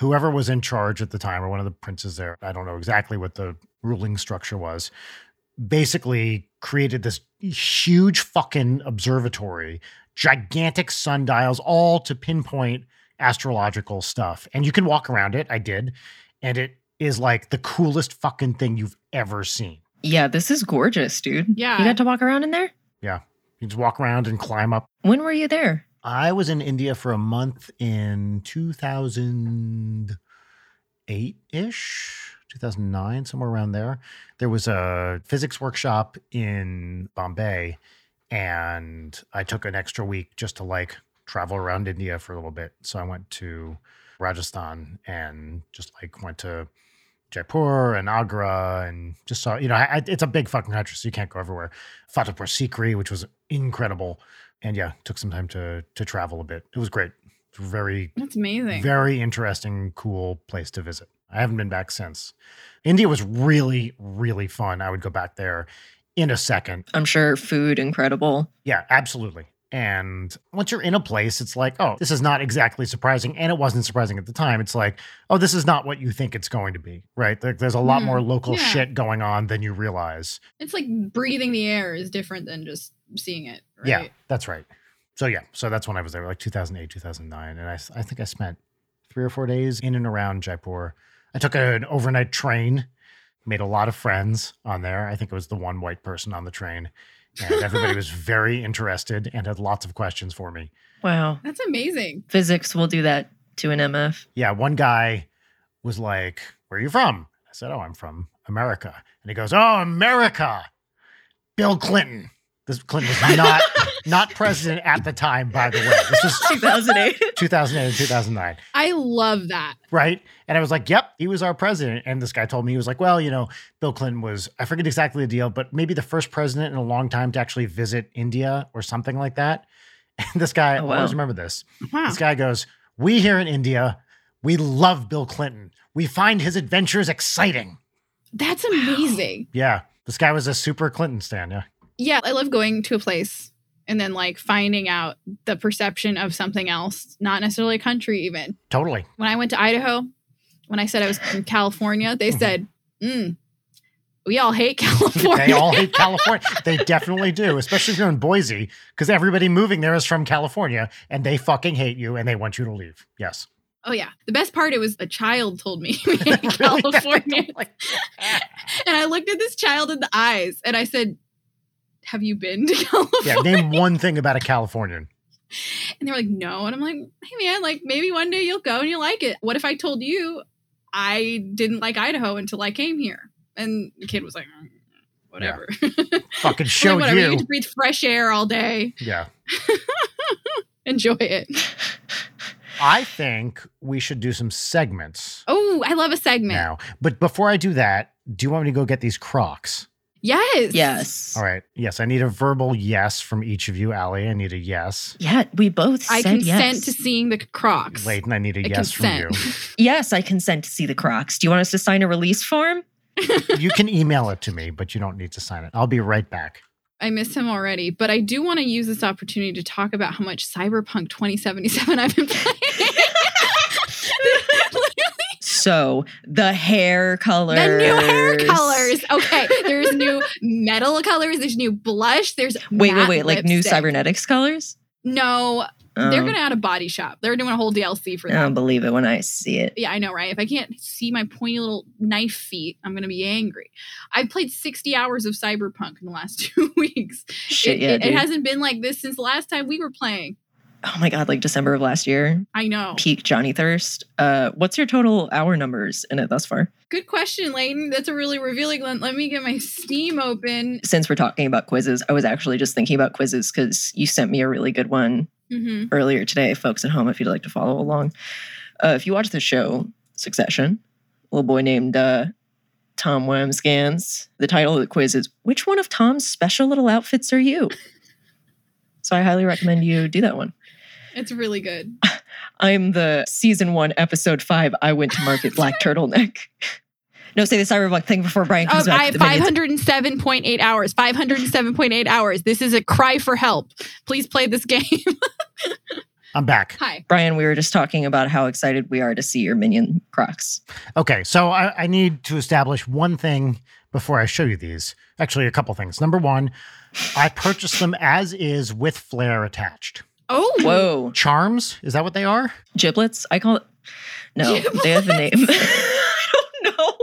Speaker 3: Whoever was in charge at the time, or one of the princes there, I don't know exactly what the ruling structure was, basically created this huge fucking observatory, gigantic sundials, all to pinpoint astrological stuff. And you can walk around it. I did. And it is like the coolest fucking thing you've ever seen.
Speaker 1: Yeah, this is gorgeous, dude.
Speaker 2: Yeah.
Speaker 1: You got to walk around in there?
Speaker 3: You just walk around and climb up
Speaker 1: When were you there?
Speaker 3: I was in India for a month in 2008 ish, 2009, somewhere around there. There was a physics workshop in Bombay, and I took an extra week just to like travel around India for a little bit. So I went to Rajasthan and just like went to Jaipur and Agra and just saw, you know, I, I- it's a big fucking country, so you can't go everywhere. Fatehpur Sikri, which was incredible and yeah, took some time to to travel a bit. It was great. It's a very
Speaker 2: That's amazing.
Speaker 3: very interesting, cool place to visit. I haven't been back since. India was really really fun. I would go back there in a second.
Speaker 1: I'm sure food incredible.
Speaker 3: Yeah, absolutely. And once you're in a place, it's like, oh, this is not exactly surprising. And it wasn't surprising at the time. It's like, oh, this is not what you think it's going to be, right? Like, there's a lot
Speaker 2: Hmm.
Speaker 3: more local
Speaker 2: Yeah.
Speaker 3: shit going on than you realize.
Speaker 2: It's like breathing the air is different than just seeing it. Right?
Speaker 3: Yeah, that's right. So, yeah, so that's when I was there, like 2008, 2009. And I, I think I spent three or four days in and around Jaipur. I took an overnight train, made a lot of friends on there. I think it was the one white person on the train. And everybody was very interested and had lots of questions for me.
Speaker 1: Wow.
Speaker 2: That's amazing.
Speaker 1: Physics will do that to an MF.
Speaker 3: yeah, one guy was like, Where are you from? I said, Oh, I'm from America. And he goes, Oh, America. Bill Clinton. This Clinton was not not president at the time, by the way. This was
Speaker 1: 2008.
Speaker 3: 2008 and 2009,
Speaker 2: I love that.
Speaker 3: right? And I was like, Yep, he was our president. And this guy told me he was like, Well, you know, Bill Clinton was I forget exactly the deal, but maybe the first president in a long time to actually visit India or something like that. And this guy,
Speaker 1: Oh,
Speaker 3: I
Speaker 1: wow.
Speaker 3: always remember this.
Speaker 2: Wow.
Speaker 3: This guy goes, We here in India, we love Bill Clinton. We find his adventures exciting.
Speaker 2: That's amazing.
Speaker 3: Yeah. This guy was a super Clinton stan. Yeah.
Speaker 2: Yeah, I love going to a place and then like finding out the perception of something else, not necessarily a country even.
Speaker 3: Totally.
Speaker 2: When I went to Idaho, when I said I was from California, they
Speaker 3: Mhm.
Speaker 2: said, mm, we all hate California.
Speaker 3: They all hate California. They definitely do, especially if you're in Boise, because everybody moving there is from California and they fucking hate you and they want you to leave. Yes.
Speaker 2: oh yeah. The best part it was a child told me we hate California.
Speaker 3: Like,
Speaker 2: and I looked at this child in the eyes and I said, Have you been to California?
Speaker 3: yeah. Name one thing about a Californian.
Speaker 2: And they were like, no. And I'm like, hey, man, like maybe one day you'll go and you'll like it. What if I told you I didn't like Idaho until I came here? And the kid was like, "Mm, whatever.
Speaker 3: Fucking show
Speaker 2: like, whatever. You
Speaker 3: you.
Speaker 2: get to breathe fresh air all day.
Speaker 3: Yeah.
Speaker 2: Enjoy it.
Speaker 3: I think we should do some segments
Speaker 2: Oh, I love a segment.
Speaker 3: now. But before I do that, do you want me to go get these Crocs?
Speaker 2: Yes.
Speaker 1: yes.
Speaker 3: All right. Yes, I need a verbal yes from each of you, Allie. I need a yes.
Speaker 1: Yeah, we both
Speaker 2: I
Speaker 1: said
Speaker 2: consent
Speaker 1: yes.
Speaker 2: to seeing the Crocs.
Speaker 3: Layton, I need a
Speaker 2: I
Speaker 3: yes
Speaker 2: consent.
Speaker 3: from
Speaker 1: yes, I consent to see the Crocs. Do you want us to sign a release form?
Speaker 3: you. You can email it to me, but you don't need to sign it. I'll be right back.
Speaker 2: I miss him already, but I do want to use this opportunity to talk about how much Cyberpunk 2077 I've been playing.
Speaker 1: So the hair colors.
Speaker 2: The new hair colors. Okay, there's new metal colors. There's new blush. There's
Speaker 1: Wait, wait,
Speaker 2: matte
Speaker 1: wait. Like new
Speaker 2: lipstick.
Speaker 1: cybernetics colors?
Speaker 2: No, they're
Speaker 1: Oh,
Speaker 2: gonna add a body shop. They're doing a whole DLC for
Speaker 1: I don't
Speaker 2: them.
Speaker 1: believe it when I see it.
Speaker 2: yeah, I know, right? If I can't see my pointy little knife feet, I'm gonna be angry. I've played 60 hours of Cyberpunk in the last two weeks.
Speaker 1: Shit,
Speaker 2: it,
Speaker 1: yeah,
Speaker 2: it- it
Speaker 1: dude.
Speaker 2: hasn't been like this since the last time we were playing.
Speaker 1: oh my god, like December of last year.
Speaker 2: I know.
Speaker 1: Peak Johnny Thirst. Uh, what's your total hour numbers in it thus far?
Speaker 2: Good question, Layton. That's a really revealing one. Let me get my Steam open.
Speaker 1: Since we're talking about quizzes, I was actually just thinking about quizzes because you sent me a really good one
Speaker 2: hmm
Speaker 1: earlier today, folks at home, if you'd like to follow along. Uh, if you watch the show Succession, a little boy named uh, Tom Wamsgans, the title of the quiz is Which one of Tom's special little outfits are you? so I highly recommend you do that one.
Speaker 2: It's really good.
Speaker 1: I'm the season one, episode five. I went to market black turtleneck. No, say the cyberblock thing before Brian
Speaker 2: Oh,
Speaker 1: comes back.
Speaker 2: I have
Speaker 1: with the minions.
Speaker 2: 507.8 hours. 507.8 hours. This is a cry for help. Please play this game.
Speaker 3: I'm back.
Speaker 2: Hi.
Speaker 1: Brian, we were just talking about how excited we are to see your minion Crocs.
Speaker 3: Okay, so I, I need to establish one thing before I show you these. Actually, a couple things. Number one, I purchased them as is with flair attached.
Speaker 2: Oh,
Speaker 1: Whoa.
Speaker 3: Charms, is that what they are?
Speaker 1: giblets. I call it. No, they have a name. I don't know.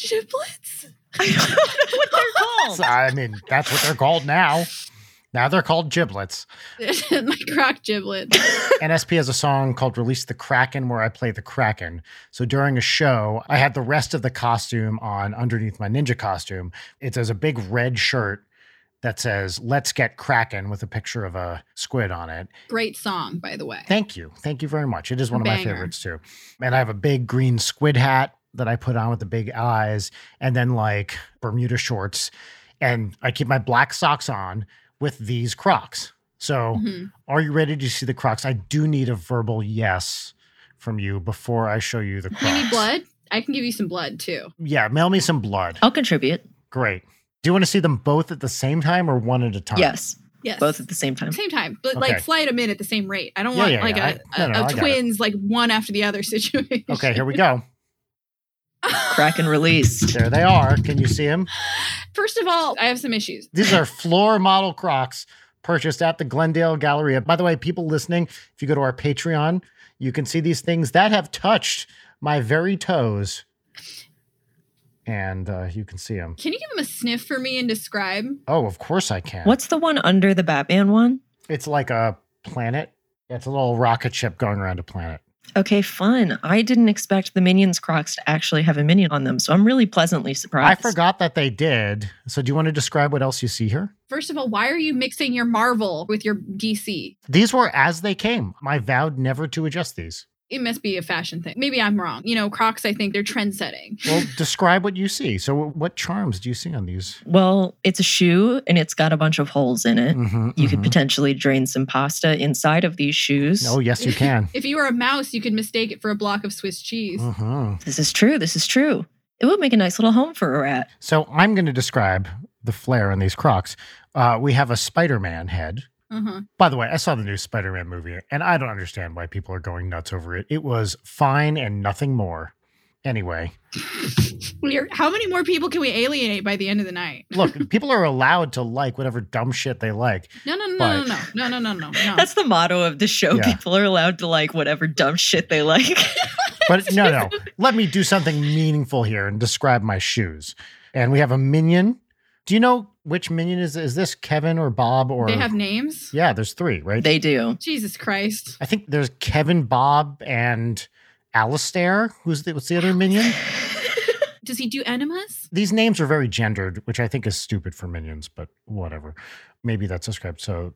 Speaker 2: giblets.
Speaker 1: I don't know what they're called.
Speaker 3: So, I mean, that's what they're called now. Now they're called giblets.
Speaker 2: My croc giblet.
Speaker 3: NSP has a song called Release the Kraken where I play the Kraken. So during a show, I had the rest of the costume on underneath my ninja costume. It says a big red shirt that says, Let's Get Kraken with a picture of a squid on it.
Speaker 2: Great song, by the way.
Speaker 3: Thank you. Thank you very much. It is one of my
Speaker 2: Banger.
Speaker 3: favorites too. And I have a big green squid hat that I put on with the big eyes and then like Bermuda shorts. And I keep my black socks on with these Crocs. So.
Speaker 2: Mhm.
Speaker 3: Are you ready to see the Crocs? I do need a verbal yes from you before I show you the Crocs.
Speaker 2: You need blood? I can give you some blood too.
Speaker 3: Yeah, mail me some blood.
Speaker 1: I'll contribute.
Speaker 3: Great. Do you want to see them both at the same time or one at a time?
Speaker 1: Yes.
Speaker 2: Yes.
Speaker 1: both at the same time.
Speaker 2: same time, but
Speaker 3: Okay.
Speaker 2: like flight them in at the same rate. I don't
Speaker 3: Yeah,
Speaker 2: want
Speaker 3: yeah,
Speaker 2: like
Speaker 3: yeah. I-
Speaker 2: a,
Speaker 3: no, no,
Speaker 2: a,
Speaker 3: I
Speaker 2: a
Speaker 3: got it.
Speaker 2: twins like one after the other situation.
Speaker 3: Okay, here we go.
Speaker 1: Crack and released.
Speaker 3: There they are. Can you see them?
Speaker 2: First of all, I have some issues.
Speaker 3: These are floor model Crocs purchased at the Glendale Galleria. By the way, people listening, if you go to our Patreon, you can see these things that have touched my very toes. And uh, you can see them.
Speaker 2: Can you give them a sniff for me and describe?
Speaker 3: Oh, of course I can.
Speaker 1: What's the one under the Batman one?
Speaker 3: It's like a planet. It's a little rocket ship going around a planet.
Speaker 1: Okay, fun. I didn't expect the Minions Crocs to actually have a minion on them, so I'm really pleasantly surprised.
Speaker 3: I forgot that they did. So, do you want to describe what else you see here?
Speaker 2: First of all, why are you mixing your Marvel with your DC?
Speaker 3: These were as they came. I vowed never to adjust these.
Speaker 2: It must be a fashion thing. Maybe I'm wrong. You know, Crocs, I think they're trend setting.
Speaker 3: Well, describe what you see. So, what charms do you see on these?
Speaker 1: Well, it's a shoe and it's got a bunch of holes in it.
Speaker 3: Mhm,
Speaker 1: You could
Speaker 3: mhm.
Speaker 1: potentially drain some pasta inside of these shoes.
Speaker 3: Oh, yes, you can.
Speaker 2: If you were a mouse, you could mistake it for a block of Swiss cheese.
Speaker 3: Mhm.
Speaker 1: This is true. This is true. It would make a nice little home for a rat.
Speaker 3: So, I'm going to describe the flare on these Crocs. Uh, we have a Spider Man head.
Speaker 2: Uh-huh.
Speaker 3: By the way, I saw the new Spider Man movie, and I don't understand why people are going nuts over it. It was fine and nothing more. Anyway,
Speaker 2: We're- How many more people can we alienate by the end of the night?
Speaker 3: look, people are allowed to like whatever dumb shit they like.
Speaker 2: No, no, no, no,
Speaker 3: But-
Speaker 2: no, no, no, no, no, no.
Speaker 1: That's the motto of the show.
Speaker 3: Yeah.
Speaker 1: People are allowed to like whatever dumb shit they like.
Speaker 3: But no, no, let me do something meaningful here and describe my shoes. And we have a minion. Do you know which minion is? Is this Kevin or Bob or?
Speaker 2: They have names?
Speaker 3: yeah, there's three, right?
Speaker 1: they do.
Speaker 2: Jesus Christ.
Speaker 3: I think there's Kevin, Bob, and Alistair. Who's the, what's the other minion?
Speaker 2: Does he do enemas?
Speaker 3: These names are very gendered, which I think is stupid for minions, but whatever. Maybe that's a script. So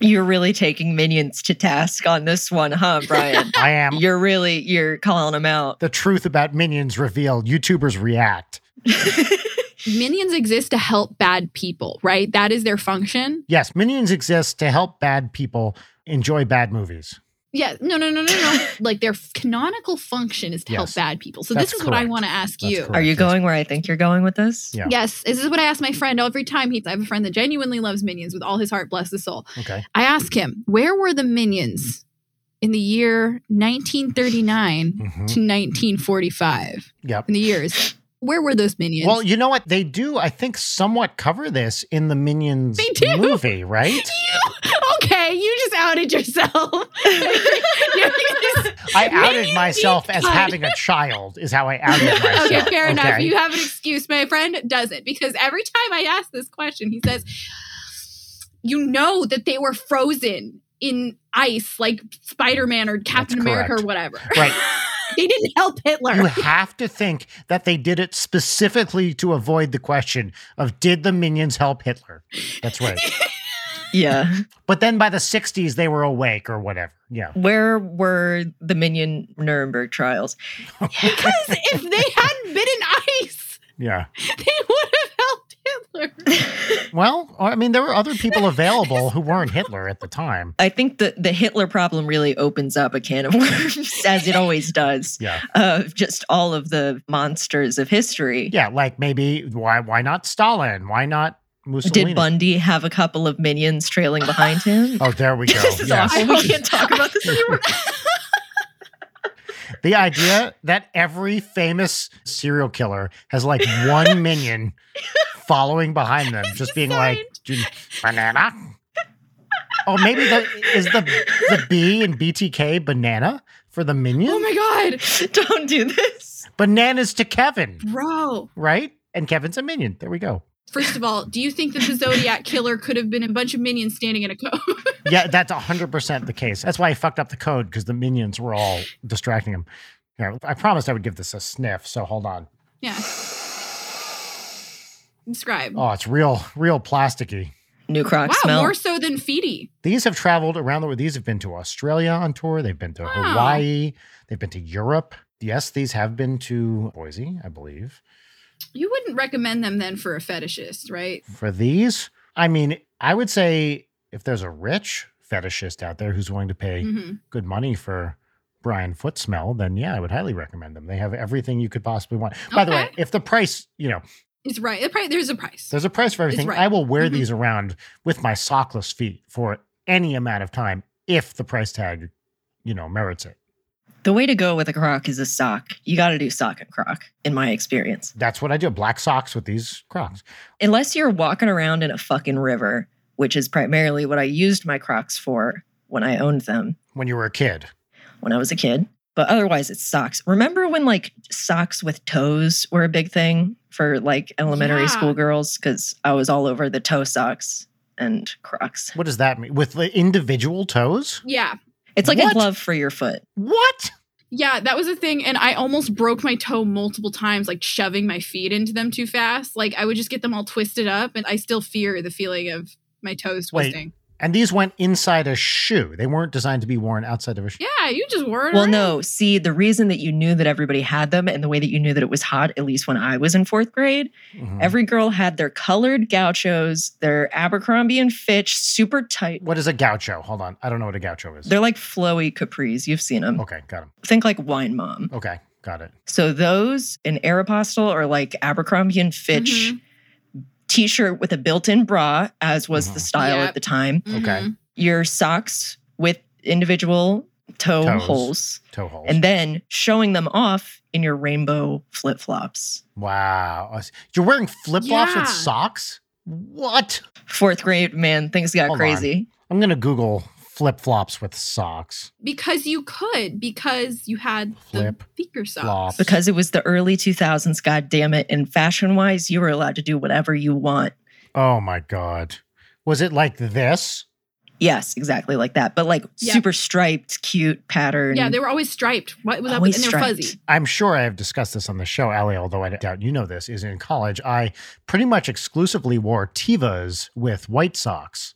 Speaker 1: You're really taking minions to task on this one, huh, Brian?
Speaker 3: I am
Speaker 1: you're really you're calling them out.
Speaker 3: the truth about minions revealed. YouTubers react.
Speaker 2: Minions exist to help bad people, right? That is their function.
Speaker 3: Yes, minions exist to help bad people enjoy bad movies.
Speaker 2: Yeah, no, no, no, no, no. like their f- canonical function is to
Speaker 3: Yes.
Speaker 2: help bad people. So
Speaker 3: That's
Speaker 2: this is what I
Speaker 3: correct.
Speaker 2: want to ask
Speaker 3: That's
Speaker 2: you.
Speaker 3: correct.
Speaker 1: Are you
Speaker 3: yes.
Speaker 1: going where I think you're going with this?
Speaker 3: Yeah.
Speaker 2: Yes, this is what I ask my friend every time he. I have a friend that genuinely loves minions with all his heart, bless his soul.
Speaker 3: Okay.
Speaker 2: I ask him, where were the minions in the year 1939 to
Speaker 3: hmm
Speaker 2: 1945?
Speaker 3: Yep.
Speaker 2: In the years, where were those minions?
Speaker 3: Well, you know what? They do, I think, somewhat cover this in the Minions
Speaker 2: They do.
Speaker 3: movie, right?
Speaker 2: You- okay, you just outed yourself. You're just-
Speaker 3: I
Speaker 2: Minions
Speaker 3: outed myself
Speaker 2: deep
Speaker 3: as
Speaker 2: cut.
Speaker 3: having a child, is how I outed myself.
Speaker 2: okay, fair enough.
Speaker 3: okay?
Speaker 2: You have an excuse. My friend doesn't because every time I ask this question, he says, "You know that they were frozen in ice, like Spider Man or Captain America
Speaker 3: correct.
Speaker 2: or whatever.
Speaker 3: Right.
Speaker 2: they didn't help Hitler."
Speaker 3: You have to think that they did it specifically to avoid the question of did the minions help Hitler? That's right.
Speaker 1: Yeah.
Speaker 3: but then by the 60s, they were awake or whatever. Yeah.
Speaker 1: Where were the minion Nuremberg trials?
Speaker 2: because if they hadn't been in ice,
Speaker 3: Yeah.
Speaker 2: they would have helped Hitler.
Speaker 3: Well, I mean, there were other people available who weren't Hitler at the time.
Speaker 1: I think the, the Hitler problem really opens up a can of worms, as it always does,
Speaker 3: Yeah.
Speaker 1: of just all of the monsters of history.
Speaker 3: Yeah. Like maybe why why not Stalin? Why not Mussolini?
Speaker 1: Did Bundy have a couple of minions trailing behind him?
Speaker 3: oh, there we go.
Speaker 1: this is
Speaker 3: yes.
Speaker 1: awful. We can't talk about this anymore.
Speaker 3: The idea that every famous serial killer has like one minion following behind them, just being like "Dude, banana. Oh, maybe the is the the B in BTK banana for the minion?
Speaker 2: Oh my god,
Speaker 1: Don't do this.
Speaker 3: Bananas to Kevin,
Speaker 2: bro!
Speaker 3: right? And Kevin's a minion. There we go.
Speaker 2: First of all, do you think that the Zodiac killer could have been a bunch of minions standing in a cove?
Speaker 3: Yeah, that's hundred percent the case. That's why he fucked up the code because the minions were all distracting him. Here, I promised I would give this a sniff, so hold on.
Speaker 2: yeah. Describe.
Speaker 3: Oh, it's real, real plasticky.
Speaker 1: New croc
Speaker 2: Wow,
Speaker 1: smell.
Speaker 2: more so than Feedy.
Speaker 3: These have traveled around the world. These have been to Australia on tour. They've been to
Speaker 2: Wow.
Speaker 3: Hawaii. They've been to Europe. Yes, these have been to Boise, I believe.
Speaker 2: You wouldn't recommend them then for a fetishist, right?
Speaker 3: For these, I mean, I would say if there's a rich fetishist out there who's willing to pay
Speaker 2: hmm
Speaker 3: good money for Brian Foot smell, then yeah, I would highly recommend them. They have everything you could possibly want. By the way,
Speaker 2: Okay.
Speaker 3: if the price, you know,
Speaker 2: It's right. The pri- there's a price.
Speaker 3: There's a price for everything.
Speaker 2: right.
Speaker 3: I will wear
Speaker 2: Mhm.
Speaker 3: these around with my sockless feet for any amount of time if the price tag, you know, merits it.
Speaker 1: The way to go with a croc is a sock. You got to do sock and croc, in my experience.
Speaker 3: That's what I do. Black socks with these Crocs.
Speaker 1: Unless you're walking around in a fucking river, which is primarily what I used my crocs for when I owned them.
Speaker 3: When you were a kid,
Speaker 1: when I was a kid. But otherwise, it's socks. Remember when like socks with toes were a big thing for like elementary
Speaker 2: Yeah.
Speaker 1: school girls? Because I was all over the toe socks and Crocs.
Speaker 3: what does that mean? With the individual toes?
Speaker 2: Yeah.
Speaker 1: It's like
Speaker 3: What?
Speaker 1: a glove for your foot.
Speaker 3: What?
Speaker 2: Yeah, that was a thing. And I almost broke my toe multiple times, like shoving my feet into them too fast. Like I would just get them all twisted up. And I still fear the feeling of my toes
Speaker 3: Wait.
Speaker 2: twisting.
Speaker 3: And these went inside a shoe. They weren't designed to be worn outside of a shoe.
Speaker 2: Yeah, you just wore it.
Speaker 1: Well,
Speaker 2: around.
Speaker 1: no, see, the reason that you knew that everybody had them and the way that you knew that it was hot, at least when I was in fourth grade,
Speaker 3: Mhm.
Speaker 1: every girl had their colored gauchos, their Abercrombie and Fitch super tight.
Speaker 3: what is a gaucho? Hold on. I don't know what a gaucho is.
Speaker 1: They're like flowy capris. You've seen them.
Speaker 3: okay, got him.
Speaker 1: Think like Wine Mom.
Speaker 3: Okay, got it.
Speaker 1: So those in Aeropostale are like Abercrombie and Fitch
Speaker 2: Mhm.
Speaker 3: Mm-hmm.
Speaker 1: t-shirt with a built-in bra, as was the
Speaker 3: Mhm.
Speaker 1: style
Speaker 2: Yep.
Speaker 1: at the time.
Speaker 3: Okay.
Speaker 2: Mhm.
Speaker 1: Your socks with individual toe
Speaker 3: Toes.
Speaker 1: holes,
Speaker 3: Toe holes.
Speaker 1: and then showing them off in your rainbow flip-flops.
Speaker 3: wow. I see. You're wearing flip flops
Speaker 2: Yeah.
Speaker 3: with socks? What?
Speaker 1: Fourth grade, man, things got
Speaker 3: Hold on.
Speaker 1: crazy.
Speaker 3: I'm going to Google flip flops with socks.
Speaker 2: Because you could, because you had
Speaker 3: Flip,
Speaker 2: the thicker socks.
Speaker 3: flops.
Speaker 1: Because it was the early 2000s, god damn it. And fashion-wise, you were allowed to do whatever you want.
Speaker 3: Oh my God. Was it like this?
Speaker 1: Yes, exactly like that. But like
Speaker 2: Yeah.
Speaker 1: super striped, cute pattern.
Speaker 2: Yeah, they were always striped. What was up? with-
Speaker 1: Always
Speaker 2: And they're
Speaker 1: striped.
Speaker 2: fuzzy.
Speaker 3: I'm sure I have discussed this on the show, Ali, although I doubt you know this, is in college, I pretty much exclusively wore Tivas with white socks.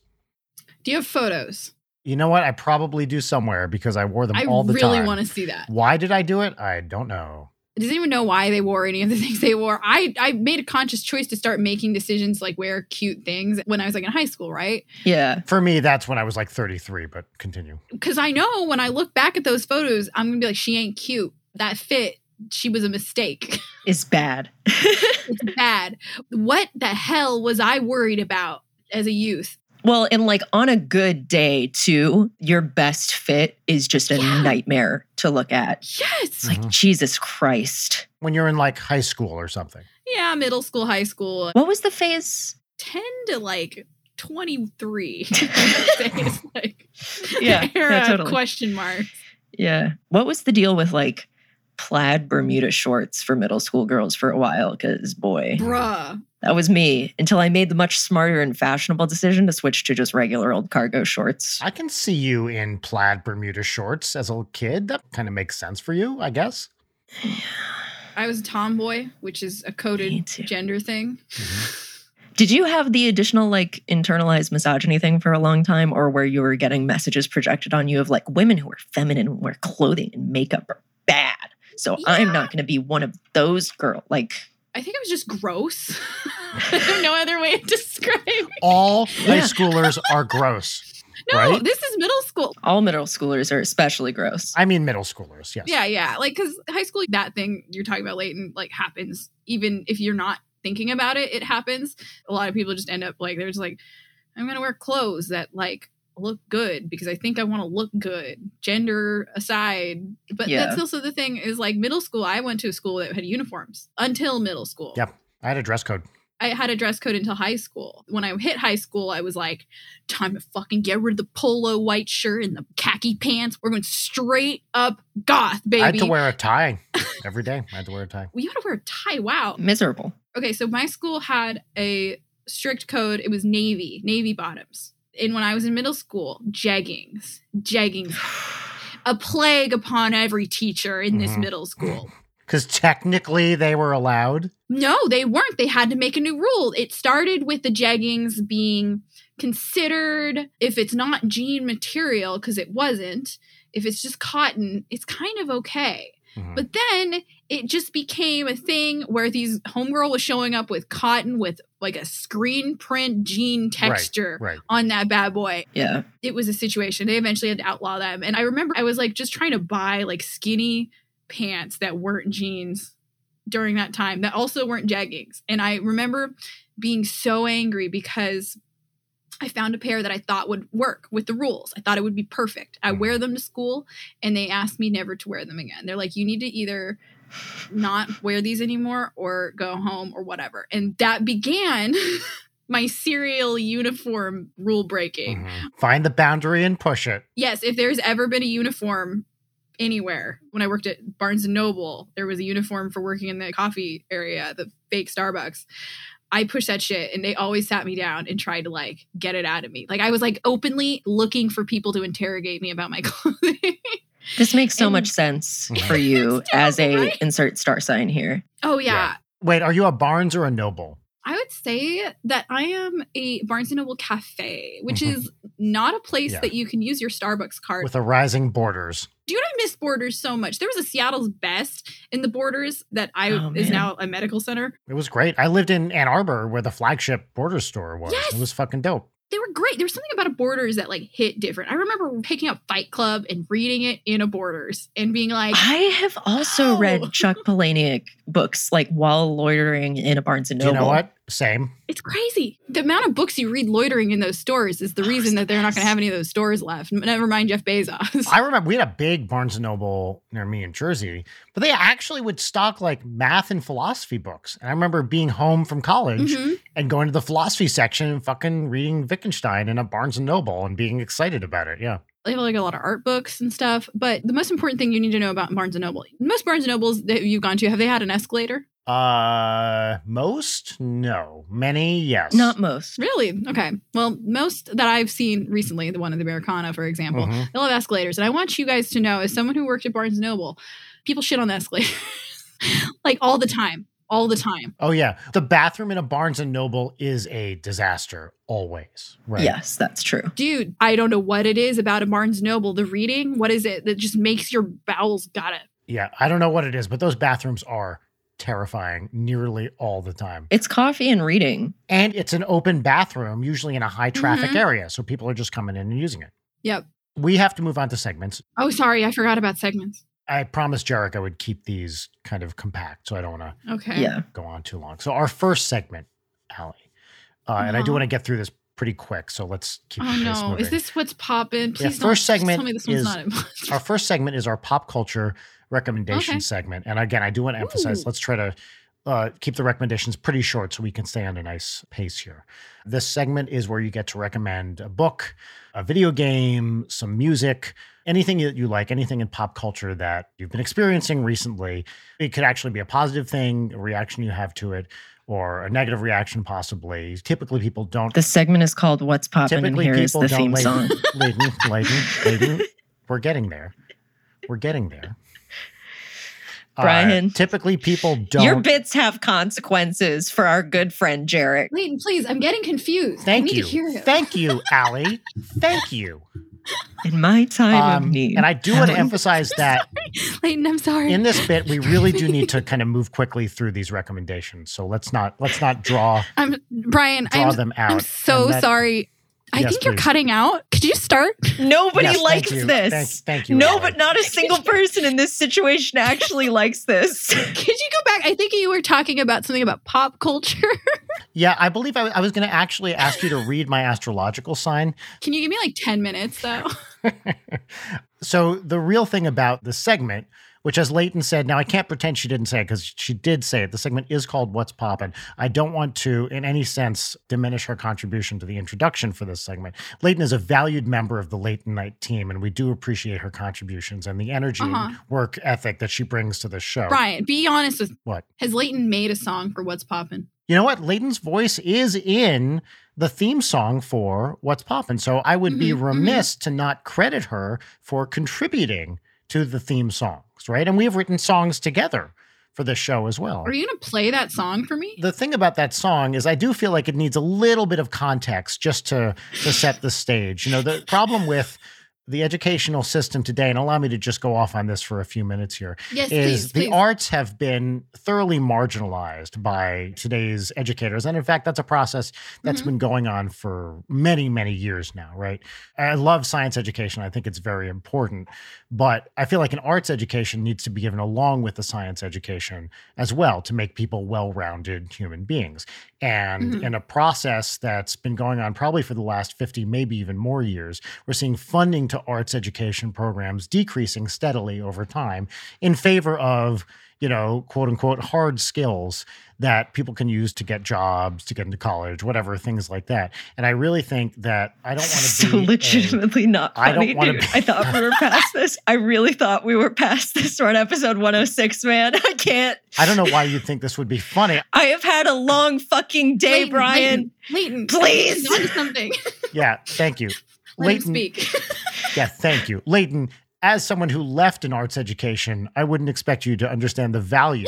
Speaker 2: Do you have photos?
Speaker 3: You know what? I probably do somewhere because I wore them
Speaker 2: I
Speaker 3: all the time.
Speaker 2: really want to see that.
Speaker 3: Why did I do it? I don't know.
Speaker 2: I didn't even know why they wore any of the things they wore. I, I made a conscious choice to start making decisions like wear cute things when I was like in high school, right?
Speaker 1: yeah.
Speaker 3: For me, that's when I was like 33, but continue.
Speaker 2: Because I know when I look back at those photos, I'm gonna be like, she ain't cute. That fit, she was a mistake.
Speaker 1: is bad.
Speaker 2: it's bad. What the hell was I worried about as a youth?
Speaker 1: well, and like on a good day, too, your best fit is just a
Speaker 2: Yeah.
Speaker 1: nightmare to look at.
Speaker 2: Yes.
Speaker 1: It's like,
Speaker 3: Mhm.
Speaker 1: Jesus Christ.
Speaker 3: When you're in like high school or something.
Speaker 2: Yeah, middle school, high school,
Speaker 1: What was the phase?
Speaker 2: 10 to like 23. it's like
Speaker 1: Yeah, yeah,
Speaker 2: era of
Speaker 1: totally.
Speaker 2: question marks.
Speaker 1: Yeah. What was the deal with like plaid Bermuda shorts for middle school girls for a while? Because, boy,
Speaker 2: Bruh.
Speaker 1: that was me until I made the much smarter and fashionable decision to switch to just regular old cargo shorts.
Speaker 3: I can see you in plaid Bermuda shorts as a little kid. That kind of makes sense for you, I guess.
Speaker 2: I was a tomboy, which is a
Speaker 1: Me
Speaker 2: coded
Speaker 1: too.
Speaker 2: gender thing. Mm-hmm.
Speaker 1: Did you have the additional like internalized misogyny thing for a long time, or where you were getting messages projected on you of like women who are feminine and wear clothing and makeup are bad? So I'm not going to be one of those girl. Like,
Speaker 2: I think I was just gross. There's no other way to describe.
Speaker 3: All high
Speaker 1: Yeah.
Speaker 3: schoolers are gross.
Speaker 2: No,
Speaker 3: Right?
Speaker 2: this is middle school.
Speaker 1: all middle schoolers are especially gross.
Speaker 3: I mean, middle schoolers, yes.
Speaker 2: Yeah, yeah. Like cuz high school that thing you're talking about Leighton like happens even if you're not thinking about it, it happens. A lot of people just end up like they're just like I'm going to wear clothes that like look good because I think I want to look good, gender aside. But
Speaker 1: Yeah.
Speaker 2: that's also the thing is like middle school I went to a school that had uniforms until middle school.
Speaker 3: Yep. I had a dress code.
Speaker 2: I had a dress code until high school. When I hit high school, I was like, time to fucking get rid of the polo white shirt and the khaki pants. We're going straight up goth, baby.
Speaker 3: I had to wear a tie every day. I had to wear a tie.
Speaker 2: we had to wear a tie. Wow.
Speaker 1: Mm. Miserable.
Speaker 2: Okay, so my school had a strict code. It was navy, navy bottoms. And when I was in middle school, jeggings, jeggings, a plague upon every teacher in this
Speaker 3: Mhm.
Speaker 2: middle school.
Speaker 3: Because technically they were allowed.
Speaker 2: No, they weren't. They had to make a new rule. It started with the jeggings being considered, if it's not jean material, because it wasn't, if it's just cotton, it's kind of okay.
Speaker 3: Mhm.
Speaker 2: But then it just became a thing where these homegirl was showing up with cotton with like a screen print jean texture
Speaker 3: right.
Speaker 2: on that bad boy.
Speaker 1: Yeah.
Speaker 2: It was a situation. They eventually had to outlaw them. And I remember I was like just trying to buy like skinny pants that weren't jeans during that time that also weren't jeggings. And I remember being so angry because I found a pair that I thought would work with the rules. I thought it would be perfect. I wear them to school and they asked me never to wear them again. They're like, you need to either not wear these anymore or go home or whatever. And that began my serial uniform rule breaking.
Speaker 3: Mhm. Find the boundary and push it.
Speaker 2: Yes, if there's ever been a uniform anywhere, when I worked at Barnes and Noble, there was a uniform for working in the coffee area, the fake Starbucks. I pushed that shit and they always sat me down and tried to like get it out of me. Like I was like openly looking for people to interrogate me about my clothing.
Speaker 1: This makes so
Speaker 2: And-
Speaker 1: much sense
Speaker 3: Mhm.
Speaker 1: for you
Speaker 2: It's
Speaker 1: as a
Speaker 2: terrible, right?
Speaker 1: insert star sign here.
Speaker 2: oh yeah.
Speaker 3: Yeah. Wait, are you a Barnes or a Noble?
Speaker 2: I would say that I am a Barnes and Noble cafe, which
Speaker 3: Mhm.
Speaker 2: is not a place
Speaker 3: Yeah.
Speaker 2: that you can use your Starbucks card.
Speaker 3: With a rising borders.
Speaker 2: Dude, I miss Borders so much. There was a Seattle's Best in the Borders that I
Speaker 1: Oh,
Speaker 2: is
Speaker 1: man.
Speaker 2: now a medical center.
Speaker 3: It was great. I lived in Ann Arbor where the flagship Borders store was.
Speaker 2: Yes!
Speaker 3: It was fucking dope.
Speaker 2: They were great. There was something about a Borders that like hit different. I remember picking up Fight Club and reading it in a Borders and being like,
Speaker 1: I have also
Speaker 2: wow.
Speaker 1: read Chuck Palahniuk books like while loitering in a Barnes and
Speaker 3: Do you
Speaker 1: Noble.
Speaker 3: know what? Same.
Speaker 2: it's crazy. The amount of books you read loitering in those stores is the
Speaker 1: Oh, it's
Speaker 2: reason
Speaker 1: the
Speaker 2: that they're not going
Speaker 1: best.
Speaker 2: to have any of those stores left. Never mind Jeff Bezos.
Speaker 3: I remember we had a big Barnes and Noble near me in Jersey, but they actually would stock like math and philosophy books. And I remember being home from college
Speaker 2: Mhm.
Speaker 3: and going to the philosophy section and fucking reading Wittgenstein in a Barnes and Noble and being excited about it. Yeah.
Speaker 2: they have like a lot of art books and stuff. But the most important thing you need to know about Barnes and Noble, most Barnes and Nobles that you've gone to, have they had an escalator?
Speaker 3: Uh, most no, many yes.
Speaker 1: Not most.
Speaker 2: Really? Okay. Well, most that I've seen recently, the one in the Americana, for example,
Speaker 3: Mhm.
Speaker 2: they'll have escalators. And I want you guys to know, as someone who worked at Barnes and Noble, people shit on the escalators like all the time, all the time.
Speaker 3: Oh yeah, the bathroom in a Barnes and Noble is a disaster always. Right.
Speaker 1: Yes, that's true.
Speaker 2: Dude, I don't know what it is about a Barnes and Noble. The reading, what is it that just makes your bowels got it?
Speaker 3: Yeah. I don't know what it is, but those bathrooms are terrifying nearly all the time.
Speaker 1: It's coffee and reading.
Speaker 3: And it's an open bathroom, usually in a high traffic
Speaker 2: Mhm.
Speaker 3: area. So people are just coming in and using it.
Speaker 2: Yep.
Speaker 3: We have to move on to segments.
Speaker 2: Oh, sorry, I forgot about segments.
Speaker 3: I promised Jarek I would keep these kind of compact. So I don't want to
Speaker 2: Okay.
Speaker 1: Yeah.
Speaker 3: go on too long. So our first segment, Allie, uh, and I do
Speaker 2: Uh-huh.
Speaker 3: want to get through this pretty quick. So let's keep
Speaker 2: Oh
Speaker 3: this
Speaker 2: no!
Speaker 3: moving.
Speaker 2: Is this what's popping? Please don't
Speaker 3: first
Speaker 2: just
Speaker 3: segment
Speaker 2: tell me this one's
Speaker 3: is-
Speaker 2: not involved.
Speaker 3: our first segment is our pop culture recommendation
Speaker 2: Okay.
Speaker 3: segment, and again, I do want to emphasize.
Speaker 2: Ooh.
Speaker 3: Let's try to. Uh, keep the recommendations pretty short so we can stay on a nice pace here. This segment is where you get to recommend a book, a video game, some music, anything that you like, anything in pop culture that you've been experiencing recently. It could actually be a positive thing, a reaction you have to it, or a negative reaction, possibly. Typically, people don't
Speaker 1: This segment is called What's Poppin' and
Speaker 3: Typically,
Speaker 1: here is
Speaker 3: people
Speaker 1: the
Speaker 3: don't
Speaker 1: theme
Speaker 3: like-
Speaker 1: song.
Speaker 3: Layden, Layden, Layden. We're getting there. We're getting there. Uh,
Speaker 1: Brian.
Speaker 3: typically, people
Speaker 1: Your
Speaker 3: don't.
Speaker 1: bits have consequences for our good friend Jarek.
Speaker 2: Leighton, please, I'm getting confused. I
Speaker 3: Thank
Speaker 2: need
Speaker 3: you.
Speaker 2: to hear him.
Speaker 3: Thank you, Allie. Thank you.
Speaker 1: In my time of
Speaker 3: Um,
Speaker 1: need.
Speaker 3: and I do want to
Speaker 1: Allie.
Speaker 3: emphasize that
Speaker 2: Leighton, I'm sorry.
Speaker 3: in this bit, we really do need to kind of move quickly through these recommendations. So let's not let's not draw
Speaker 2: I'm Brian.
Speaker 3: draw
Speaker 2: I'm,
Speaker 3: them out.
Speaker 2: I'm so
Speaker 3: And that-
Speaker 2: sorry. I
Speaker 3: Yes,
Speaker 2: think you're
Speaker 3: please.
Speaker 2: cutting out. Could you start?
Speaker 1: Nobody
Speaker 3: Yes, thank
Speaker 1: likes
Speaker 3: you.
Speaker 1: this.
Speaker 3: Thank, thank you.
Speaker 1: No,
Speaker 3: Allie.
Speaker 1: but not a single person in this situation actually likes this.
Speaker 2: Could you go back? I think you were talking about something about pop culture.
Speaker 3: yeah, I believe I, I was going to actually ask you to read my astrological sign.
Speaker 2: Can you give me like 10 minutes though?
Speaker 3: so the real thing about the segment, which as Leighton said, now I can't pretend she didn't say it because she did say it. The segment is called What's Poppin'. I don't want to, in any sense, diminish her contribution to the introduction for this segment. Leighton is a valued member of the Leighton Night team, and we do appreciate her contributions and the energy and
Speaker 2: Uh-huh.
Speaker 3: work ethic that she brings to this show.
Speaker 2: Brian, be honest with
Speaker 3: What?
Speaker 2: Has Leighton made a song for What's Poppin'?
Speaker 3: You know what? Leighton's voice is in the theme song for What's Poppin'. So I would be
Speaker 2: Mhm, mhm.
Speaker 3: remiss to not credit her for contributing to the theme songs, right? And we have written songs together for this show as well.
Speaker 2: Are you going to play that song for me?
Speaker 3: the thing about that song is I do feel like it needs a little bit of context just to to set the stage. You know, the problem with the educational system today, and allow me to just go off on this for a few minutes here,
Speaker 2: Yes,
Speaker 3: is
Speaker 2: please.
Speaker 3: the
Speaker 2: please.
Speaker 3: arts have been thoroughly marginalized by today's educators. And in fact, that's a process that's
Speaker 2: Mhm.
Speaker 3: been going on for many, many years now, right? I love science education. I think it's very important. But I feel like an arts education needs to be given along with the science education as well to make people well rounded human beings. And
Speaker 2: Mhm.
Speaker 3: in a process that's been going on probably for the last 50, maybe even more years, we're seeing funding to arts education programs decreasing steadily over time in favor of you know quote unquote hard skills that people can use to get jobs to get into college whatever things like that and i really think that i don't want to
Speaker 1: so
Speaker 3: be a-
Speaker 1: legitimately not
Speaker 3: I
Speaker 1: funny,
Speaker 3: don't wanna
Speaker 1: dude.
Speaker 3: be-
Speaker 1: I thought we were past this. I really thought we were past this. We're on episode 106, man. I can't.
Speaker 3: i don't know why you think this would be funny
Speaker 1: I have had a long fucking day,
Speaker 2: Leighton,
Speaker 1: Brian.
Speaker 2: Leighton, Leighton,
Speaker 1: Please.
Speaker 2: he's onto something.
Speaker 3: yeah thank you
Speaker 2: Let him
Speaker 3: Leighton-
Speaker 2: speak.
Speaker 3: yeah thank you leighton as someone who left an arts education i wouldn't expect you to understand the value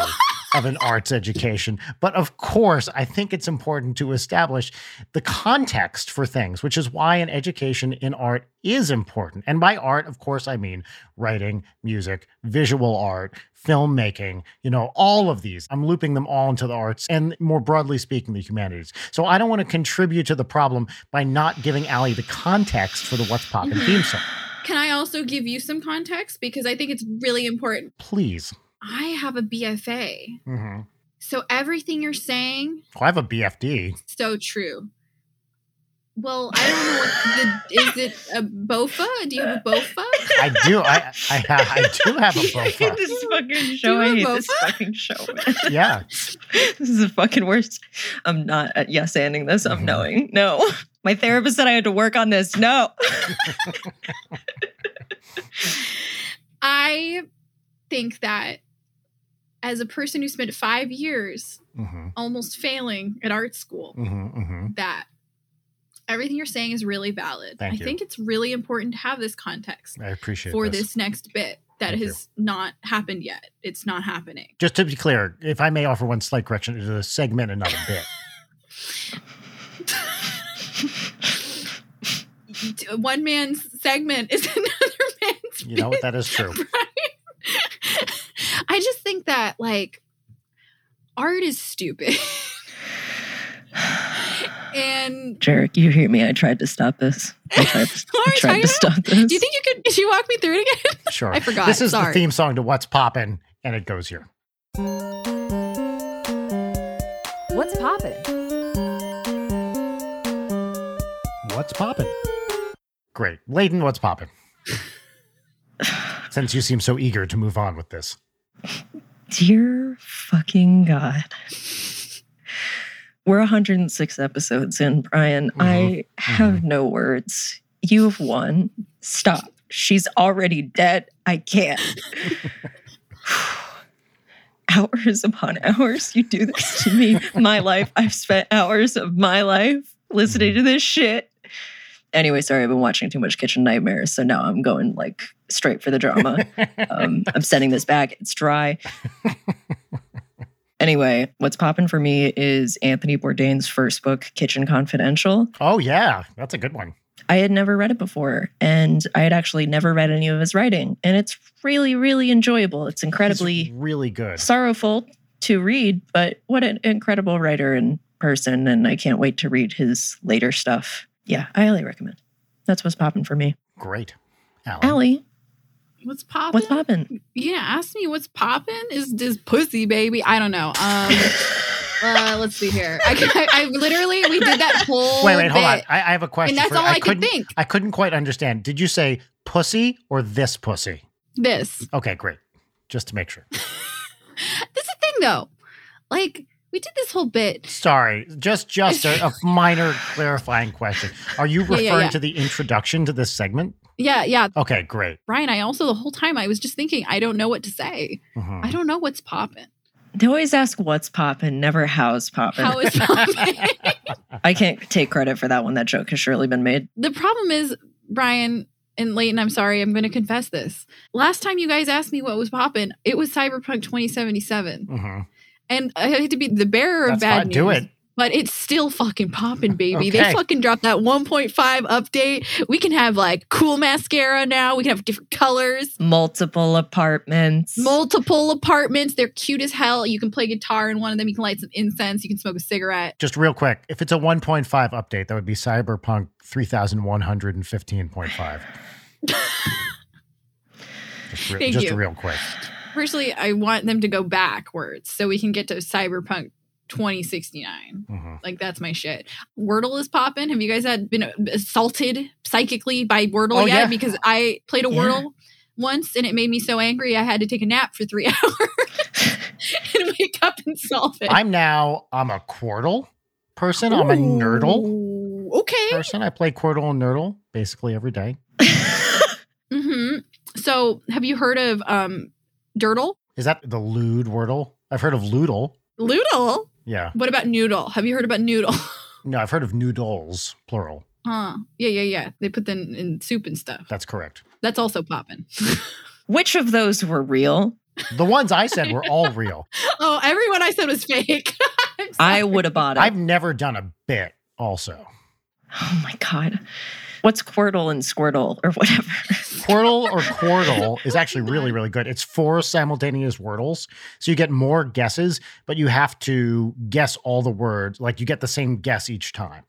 Speaker 3: of an arts education but of course i think it's important to establish the context for things which is why an education in art is important and by art of course i mean writing music visual art filmmaking you know all of these i'm looping them all into the arts and more broadly speaking the humanities so i don't want to contribute to the problem by not giving ali the context for the what's poppin theme song
Speaker 2: Can I also give you some context because I think it's really important.
Speaker 3: please.
Speaker 2: I have a BFA,
Speaker 3: Mm-hmm.
Speaker 2: so everything you're saying
Speaker 3: I have a BFD.
Speaker 2: so true. Well, I don't know what the is it a bofa? Do you have a bofa?
Speaker 3: I do. I I, I do have a bofa.
Speaker 1: this fucking show. I
Speaker 2: have
Speaker 1: hate
Speaker 2: both?
Speaker 1: this fucking show. man.
Speaker 3: Yeah,
Speaker 1: this is the fucking worst. I'm not at yes anding this. I'm
Speaker 3: Mhm.
Speaker 1: knowing. No. My therapist said I had to work on this. No.
Speaker 2: I think that as a person who spent five years
Speaker 3: hmm
Speaker 2: almost failing at art school,
Speaker 3: hmm hmm
Speaker 2: that everything you're saying is really valid.
Speaker 3: Thank
Speaker 2: I
Speaker 3: you.
Speaker 2: think it's really important to have this context
Speaker 3: I appreciate
Speaker 2: for
Speaker 3: this.
Speaker 2: this. next bit that
Speaker 3: Thank you.
Speaker 2: has not happened yet. It's not happening.
Speaker 3: Just to be clear, if I may offer one slight correction, it's a segment and not a bit.
Speaker 2: T- One man's segment is another man's.
Speaker 3: You know what? That is true.
Speaker 2: I just think that like art is stupid. and
Speaker 1: Jarek, you hear me. I tried to stop this. I tried to, I
Speaker 2: Lauren,
Speaker 1: tried to
Speaker 2: talking
Speaker 1: stop this.
Speaker 2: about- do you think you could? Could you walk me through it again?
Speaker 3: Sure.
Speaker 2: I forgot.
Speaker 3: This is
Speaker 2: Sorry.
Speaker 3: the theme song to What's Poppin', and it goes here.
Speaker 4: What's poppin'?
Speaker 3: What's Poppin'? Great, Layden. What's Poppin'? Since you seem so eager to move on with this,
Speaker 1: Dear fucking God. We're 106 episodes in, Brian. I have no words. You have won. Stop. She's already dead. I can't. hours upon hours. You do this to me. My life. I've spent hours of my life listening to this shit. Anyway, sorry, I've been watching too much Kitchen Nightmares. So now I'm going like straight for the drama. Um, I'm sending this back. It's dry. anyway, what's popping for me is Anthony Bourdain's first book, Kitchen Confidential.
Speaker 3: oh yeah, that's a good one.
Speaker 1: I had never read it before, and I had actually never read any of his writing. And it's really, really enjoyable. It's
Speaker 3: It's
Speaker 1: incredibly
Speaker 3: really good.
Speaker 1: sorrowful to read, but what an incredible writer and person. And I can't wait to read his later stuff. Yeah, I highly recommend. That's what's popping for me.
Speaker 3: Great, Alan.
Speaker 1: Allie,
Speaker 2: What's poppin'?
Speaker 1: what's popping?
Speaker 2: Yeah, ask me what's poppin'. Is this pussy baby? I don't know. Um, uh, let's see here. I, can, I, I literally we did that whole
Speaker 3: Wait, wait, hold
Speaker 2: bit,
Speaker 3: on. I, I have a question.
Speaker 2: and that's
Speaker 3: for-
Speaker 2: all I, could
Speaker 3: couldn't-
Speaker 2: think.
Speaker 3: I couldn't quite understand. Did you say pussy or this pussy?
Speaker 2: This.
Speaker 3: Okay, great. Just to make sure.
Speaker 2: This is the thing though. Like we did this whole bit.
Speaker 3: Sorry, just just a, a minor clarifying question. Are you
Speaker 2: Yeah,
Speaker 3: referring
Speaker 2: yeah, yeah.
Speaker 3: to the introduction to this segment?
Speaker 2: Yeah, yeah.
Speaker 3: Okay, great.
Speaker 2: Brian, I also the whole time I was just thinking I don't know what to say.
Speaker 3: Mhm.
Speaker 2: I don't know what's poppin'.
Speaker 1: They always ask what's poppin', never how's poppin'.
Speaker 2: How is poppin'?
Speaker 1: I can't take credit for that one. That joke has surely been made.
Speaker 2: the problem is, Brian and Leighton, I'm sorry, I'm going to confess this. Last time you guys asked me what was poppin', it was Cyberpunk 2077.
Speaker 3: Mhm.
Speaker 2: And I hate to be the bearer
Speaker 3: That's
Speaker 2: of bad
Speaker 3: fine.
Speaker 2: news.
Speaker 3: Do it.
Speaker 2: but it's still fucking popping, baby.
Speaker 3: Okay.
Speaker 2: They fucking dropped that 1.5 update. We can have like cool mascara now. We can have different colors,
Speaker 1: Multiple apartments.
Speaker 2: multiple apartments. They're cute as hell. You can play guitar in one of them. You can light some incense. You can smoke a cigarette.
Speaker 3: Just real quick, if it's a 1.5 update, that would be Cyberpunk 3115.5. just re-
Speaker 2: Thank
Speaker 3: just
Speaker 2: you.
Speaker 3: real quick.
Speaker 2: Personally, I want them to go backwards so we can get to Cyberpunk 2069.
Speaker 3: Mhm.
Speaker 2: Like that's my shit. Wordle is popping. Have you guys had been assaulted psychically by Wordle
Speaker 3: Oh,
Speaker 2: yet?
Speaker 3: yeah.
Speaker 2: Because I played a
Speaker 1: Yeah.
Speaker 2: Wordle once and it made me so angry I had to take a nap for three hours and wake up and solve it.
Speaker 3: I'm now, I'm a Quartle person. I'm a Nerdle
Speaker 2: Ooh, Okay.
Speaker 3: person. I play Quartle and Nerdle basically every day.
Speaker 2: hmm So have you heard of um Dirtle?
Speaker 3: Is that the lewd Wordle? I've heard of Loodle.
Speaker 2: Loodle?
Speaker 3: Yeah.
Speaker 2: What about Noodle? Have you heard about Noodle?
Speaker 3: No, I've heard of noodles, plural.
Speaker 2: Huh. Yeah, yeah, yeah. They put them in soup and stuff.
Speaker 3: That's correct.
Speaker 2: That's also popping.
Speaker 1: Which of those were real?
Speaker 3: The ones I said were all real.
Speaker 2: oh, everyone I said was fake. I'm
Speaker 1: I
Speaker 2: sorry.
Speaker 1: would have bought it.
Speaker 3: I've never done a bit, also.
Speaker 1: oh my god. What's Quirtle and Squirtle or whatever?
Speaker 3: Quirtle or Quartle is actually really, really good. It's four simultaneous wordles. So you get more guesses, but you have to guess all the words. Like you get the same guess each time.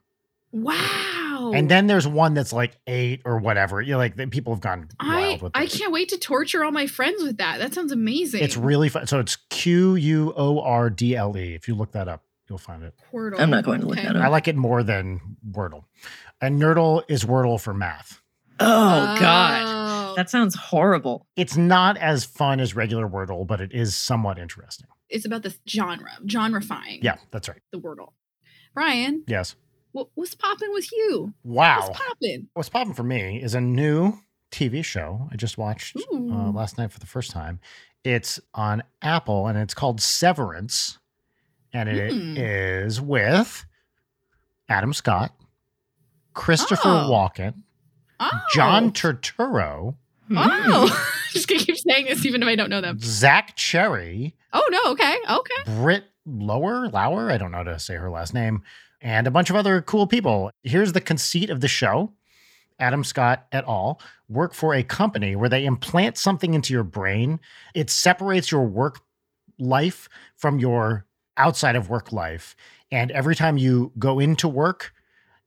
Speaker 2: Wow.
Speaker 3: And then there's one that's like eight or whatever. You're like, the- people have gone
Speaker 2: I
Speaker 3: wild with
Speaker 2: I
Speaker 3: this.
Speaker 2: can't wait to torture all my friends with that. That sounds amazing.
Speaker 3: It's really fun. So it's Q U O R D L E. If you look that up, you'll find it.
Speaker 2: Wordle.
Speaker 1: I'm not going to look that
Speaker 3: I
Speaker 2: Mm.
Speaker 1: up.
Speaker 3: like it more than Wordle. And Nerdle is Wordle for math.
Speaker 1: Oh god.
Speaker 2: Oh.
Speaker 1: That sounds horrible.
Speaker 3: It's not as fun as regular Wordle, but it is somewhat interesting.
Speaker 2: it's about this genre, genrefying.
Speaker 3: Yeah, that's right.
Speaker 2: The Wordle. Brian,
Speaker 3: Yes.
Speaker 2: what, what's popping with you?
Speaker 3: Wow.
Speaker 2: What's popping?
Speaker 3: What's popping for me is a new TV show I just watched uh,
Speaker 2: Ooh.
Speaker 3: last night for the first time. It's on Apple and it's called Severance. And it is
Speaker 2: Mm.
Speaker 3: with Adam Scott, Christopher
Speaker 2: Oh.
Speaker 3: Walken,
Speaker 2: Oh.
Speaker 3: John Turturro,
Speaker 2: Oh.
Speaker 1: mm.
Speaker 2: Just gonna keep saying this even if I don't know them.
Speaker 3: Zach Cherry,
Speaker 2: Oh no. Okay. Okay.
Speaker 3: Britt Lower, Lauer, I don't know how to say her last name, and a bunch of other cool people. Here's the conceit of the show. Adam Scott et al. work for a company where they implant something into your brain. It separates your work life from your outside of work life. And every time you go into work,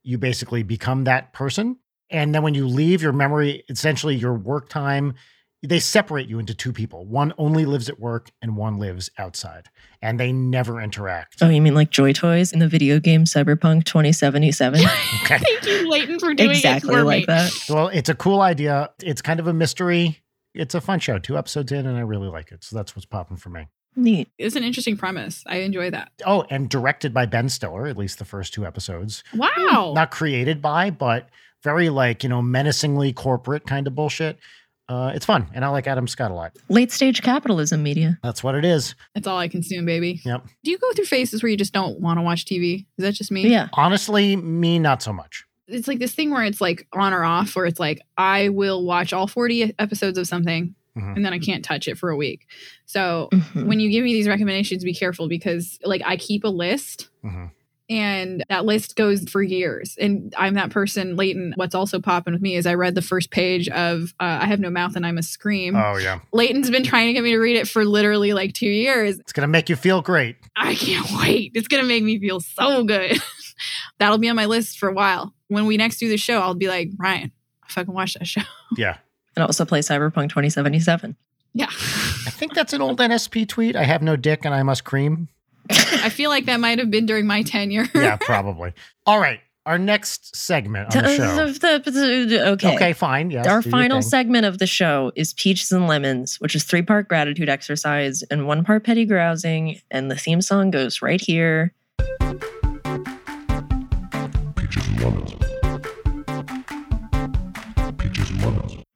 Speaker 3: you basically become that person. And then when you leave, your memory, essentially your work time, they separate you into two people. One only lives at work and one lives outside and they never interact.
Speaker 1: Oh, you mean like Joy Toys in the video game Cyberpunk 2077?
Speaker 3: Okay.
Speaker 2: Thank you, Leighton, for doing it
Speaker 1: exactly
Speaker 2: for
Speaker 1: like
Speaker 2: me.
Speaker 1: that.
Speaker 3: well, it's a cool idea. It's kind of a mystery. It's a fun show. Two episodes in, and I really like it. So that's what's popping for me.
Speaker 1: Neat.
Speaker 2: It's an interesting premise. I enjoy that.
Speaker 3: Oh, and directed by Ben Stiller, at least the first two episodes.
Speaker 1: Mm.
Speaker 2: Wow.
Speaker 3: Not created by, but very like, you know, menacingly corporate kind of bullshit. Uh, it's fun. And I like Adam Scott a lot.
Speaker 1: Late stage capitalism media.
Speaker 3: That's what it is.
Speaker 2: That's all I consume, baby.
Speaker 3: Yep.
Speaker 2: Do you go through phases where you just don't want to watch TV? Is that just me?
Speaker 1: Yeah.
Speaker 3: Honestly, me, not so much.
Speaker 2: It's like this thing where it's like on or off, where it's like, I will watch all 40 episodes of something
Speaker 3: Mhm.
Speaker 2: and then I can't touch it for a week. So
Speaker 1: Mhm.
Speaker 2: when you give me these recommendations, be careful because like I keep a list
Speaker 3: Mhm.
Speaker 2: and that list goes for years. And I'm that person, Leighton. What's also popping with me is I read the first page of uh, I Have No Mouth and I Must Scream.
Speaker 3: Oh, yeah.
Speaker 2: Leighton's been trying to get me to read it for literally like two years.
Speaker 3: It's going to make you feel great.
Speaker 2: I can't wait. It's going to make me feel so good. That'll be on my list for a while. When we next do the show, I'll be like, Brian, I fucking watched that show.
Speaker 3: Yeah.
Speaker 1: And also play Cyberpunk 2077.
Speaker 2: Yeah.
Speaker 3: I think that's an old NSP tweet. I have no dick and I must cream.
Speaker 2: I feel like that might have been during my tenure.
Speaker 3: yeah, probably. All right. Our next segment on the show.
Speaker 1: Okay.
Speaker 3: Okay, fine. Yes.
Speaker 1: Our
Speaker 3: do your
Speaker 1: final
Speaker 3: thing.
Speaker 1: segment of the show is Peaches and Lemons, which is three part gratitude exercise and one part petty grousing. And the theme song goes right here.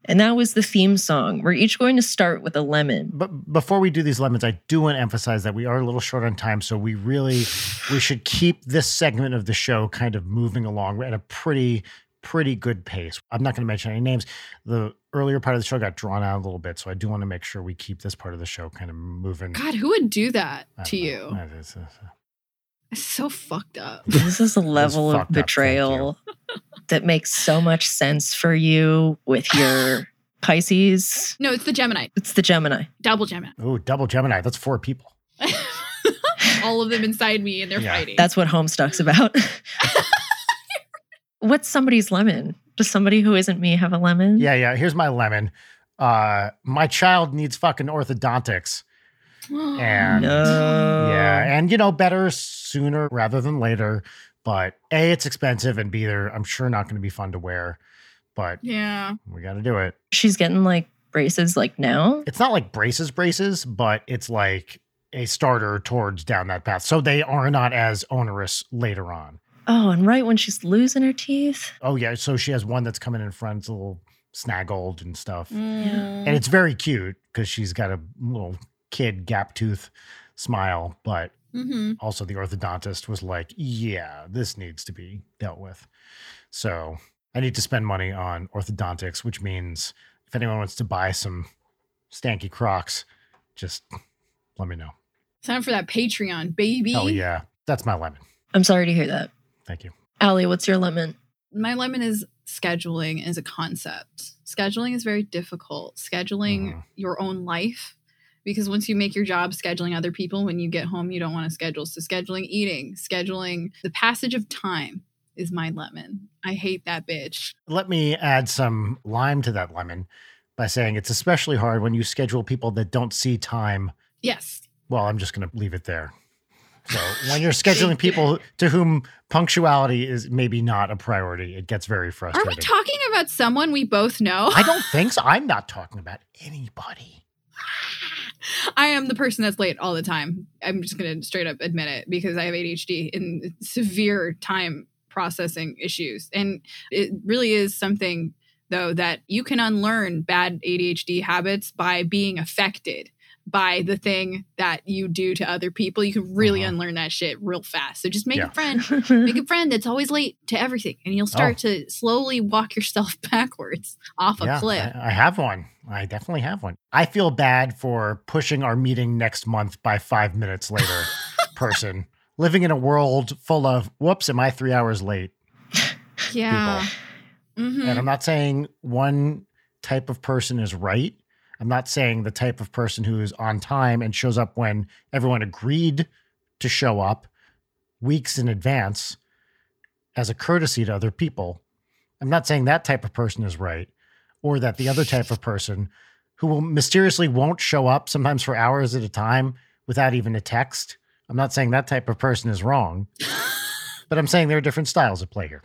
Speaker 1: And that was the theme song. We're each going to start with a lemon.
Speaker 3: But before we do these lemons, I do want to emphasize that we are a little short on time, so we really we should keep this segment of the show kind of moving along at a pretty pretty good pace. I'm not going to mention any names. The earlier part of the show got drawn out a little bit, so I do want to make sure we keep this part of the show kind of moving.
Speaker 2: God, who would do that
Speaker 3: I don't
Speaker 2: to
Speaker 3: know.
Speaker 2: you?
Speaker 3: That is-
Speaker 2: It's so fucked up.
Speaker 1: This is a level
Speaker 3: fucked
Speaker 1: of
Speaker 3: up, thank
Speaker 1: betrayal that makes so much sense for you with your Pisces.
Speaker 2: No, it's the Gemini,
Speaker 1: It's the Gemini.
Speaker 2: double Gemini.
Speaker 3: uh, Ooh, double Gemini. That's four people.
Speaker 2: All of them inside me and they're
Speaker 3: Yeah.
Speaker 2: fighting.
Speaker 1: That's what Homestuck's about. What's somebody's lemon? Does somebody who isn't me have a lemon?
Speaker 3: Yeah, yeah. Here's my lemon. Uh, my child needs fucking orthodontics. And
Speaker 1: No.
Speaker 3: yeah, and you know, better sooner rather than later. But A, it's expensive, and B, they're I'm sure not going to be fun to wear. But
Speaker 2: yeah.
Speaker 3: we got to do it.
Speaker 1: She's getting like braces like now.
Speaker 3: It's not like braces, braces, but it's like a starter towards down that path. So they are not as onerous later on.
Speaker 1: Oh, and right when she's losing her teeth.
Speaker 3: Oh yeah, so she has one that's coming in front, it's a little snaggled and stuff.
Speaker 2: Mm.
Speaker 3: and it's very cute because she's got a little kid gap tooth smile but
Speaker 2: Mhm.
Speaker 3: also the orthodontist was like yeah this needs to be dealt with so i need to spend money on orthodontics which means if anyone wants to buy some stanky crocs just let me know
Speaker 2: Time for that Patreon, baby.
Speaker 3: oh yeah that's my lemon
Speaker 1: I'm sorry to hear that.
Speaker 3: thank you
Speaker 1: Allie, what's your lemon?
Speaker 2: my lemon is scheduling as a concept. Scheduling is very difficult. Scheduling
Speaker 3: Mhm.
Speaker 2: your own life because once you make your job scheduling other people when you get home you don't want to schedule. So scheduling eating, scheduling the passage of time is my lemon. I hate that bitch.
Speaker 3: let me add some lime to that lemon by saying it's especially hard when you schedule people that don't see time
Speaker 2: Yes.
Speaker 3: Well, I'm just going to leave it there. So when you're
Speaker 2: Thank you.
Speaker 3: scheduling people to whom punctuality is maybe not a priority, it gets very
Speaker 2: Are we
Speaker 3: frustrating.
Speaker 2: talking about someone we both know?
Speaker 3: I don't think so. I'm not talking about anybody.
Speaker 2: I am the person that's late all the time. I'm just going to straight up admit it because I have ADHD and severe time processing issues. And it really is something, though, that you can unlearn bad ADHD habits by being affected by the thing that you do to other people. You can really
Speaker 3: Uh-huh.
Speaker 2: unlearn that shit real fast. So just make
Speaker 3: Yeah.
Speaker 2: a friend. Make a friend that's always late to everything, and you'll start to slowly walk yourself backwards off a
Speaker 3: Oh. yeah,
Speaker 2: cliff.
Speaker 3: I, I have one. I definitely have one. I feel bad for pushing our meeting next month by five minutes later, person. Living in a world full of whoops, am I three hours late?
Speaker 2: yeah. Mhm.
Speaker 3: And I'm not saying one type of person is right. I'm not saying the type of person who is on time and shows up when everyone agreed to show up weeks in advance as a courtesy to other people. I'm not saying that type of person is right or that the other type of person who will mysteriously won't show up sometimes for hours at a time without even a text. I'm not saying that type of person is wrong, but I'm saying there are different styles at play here.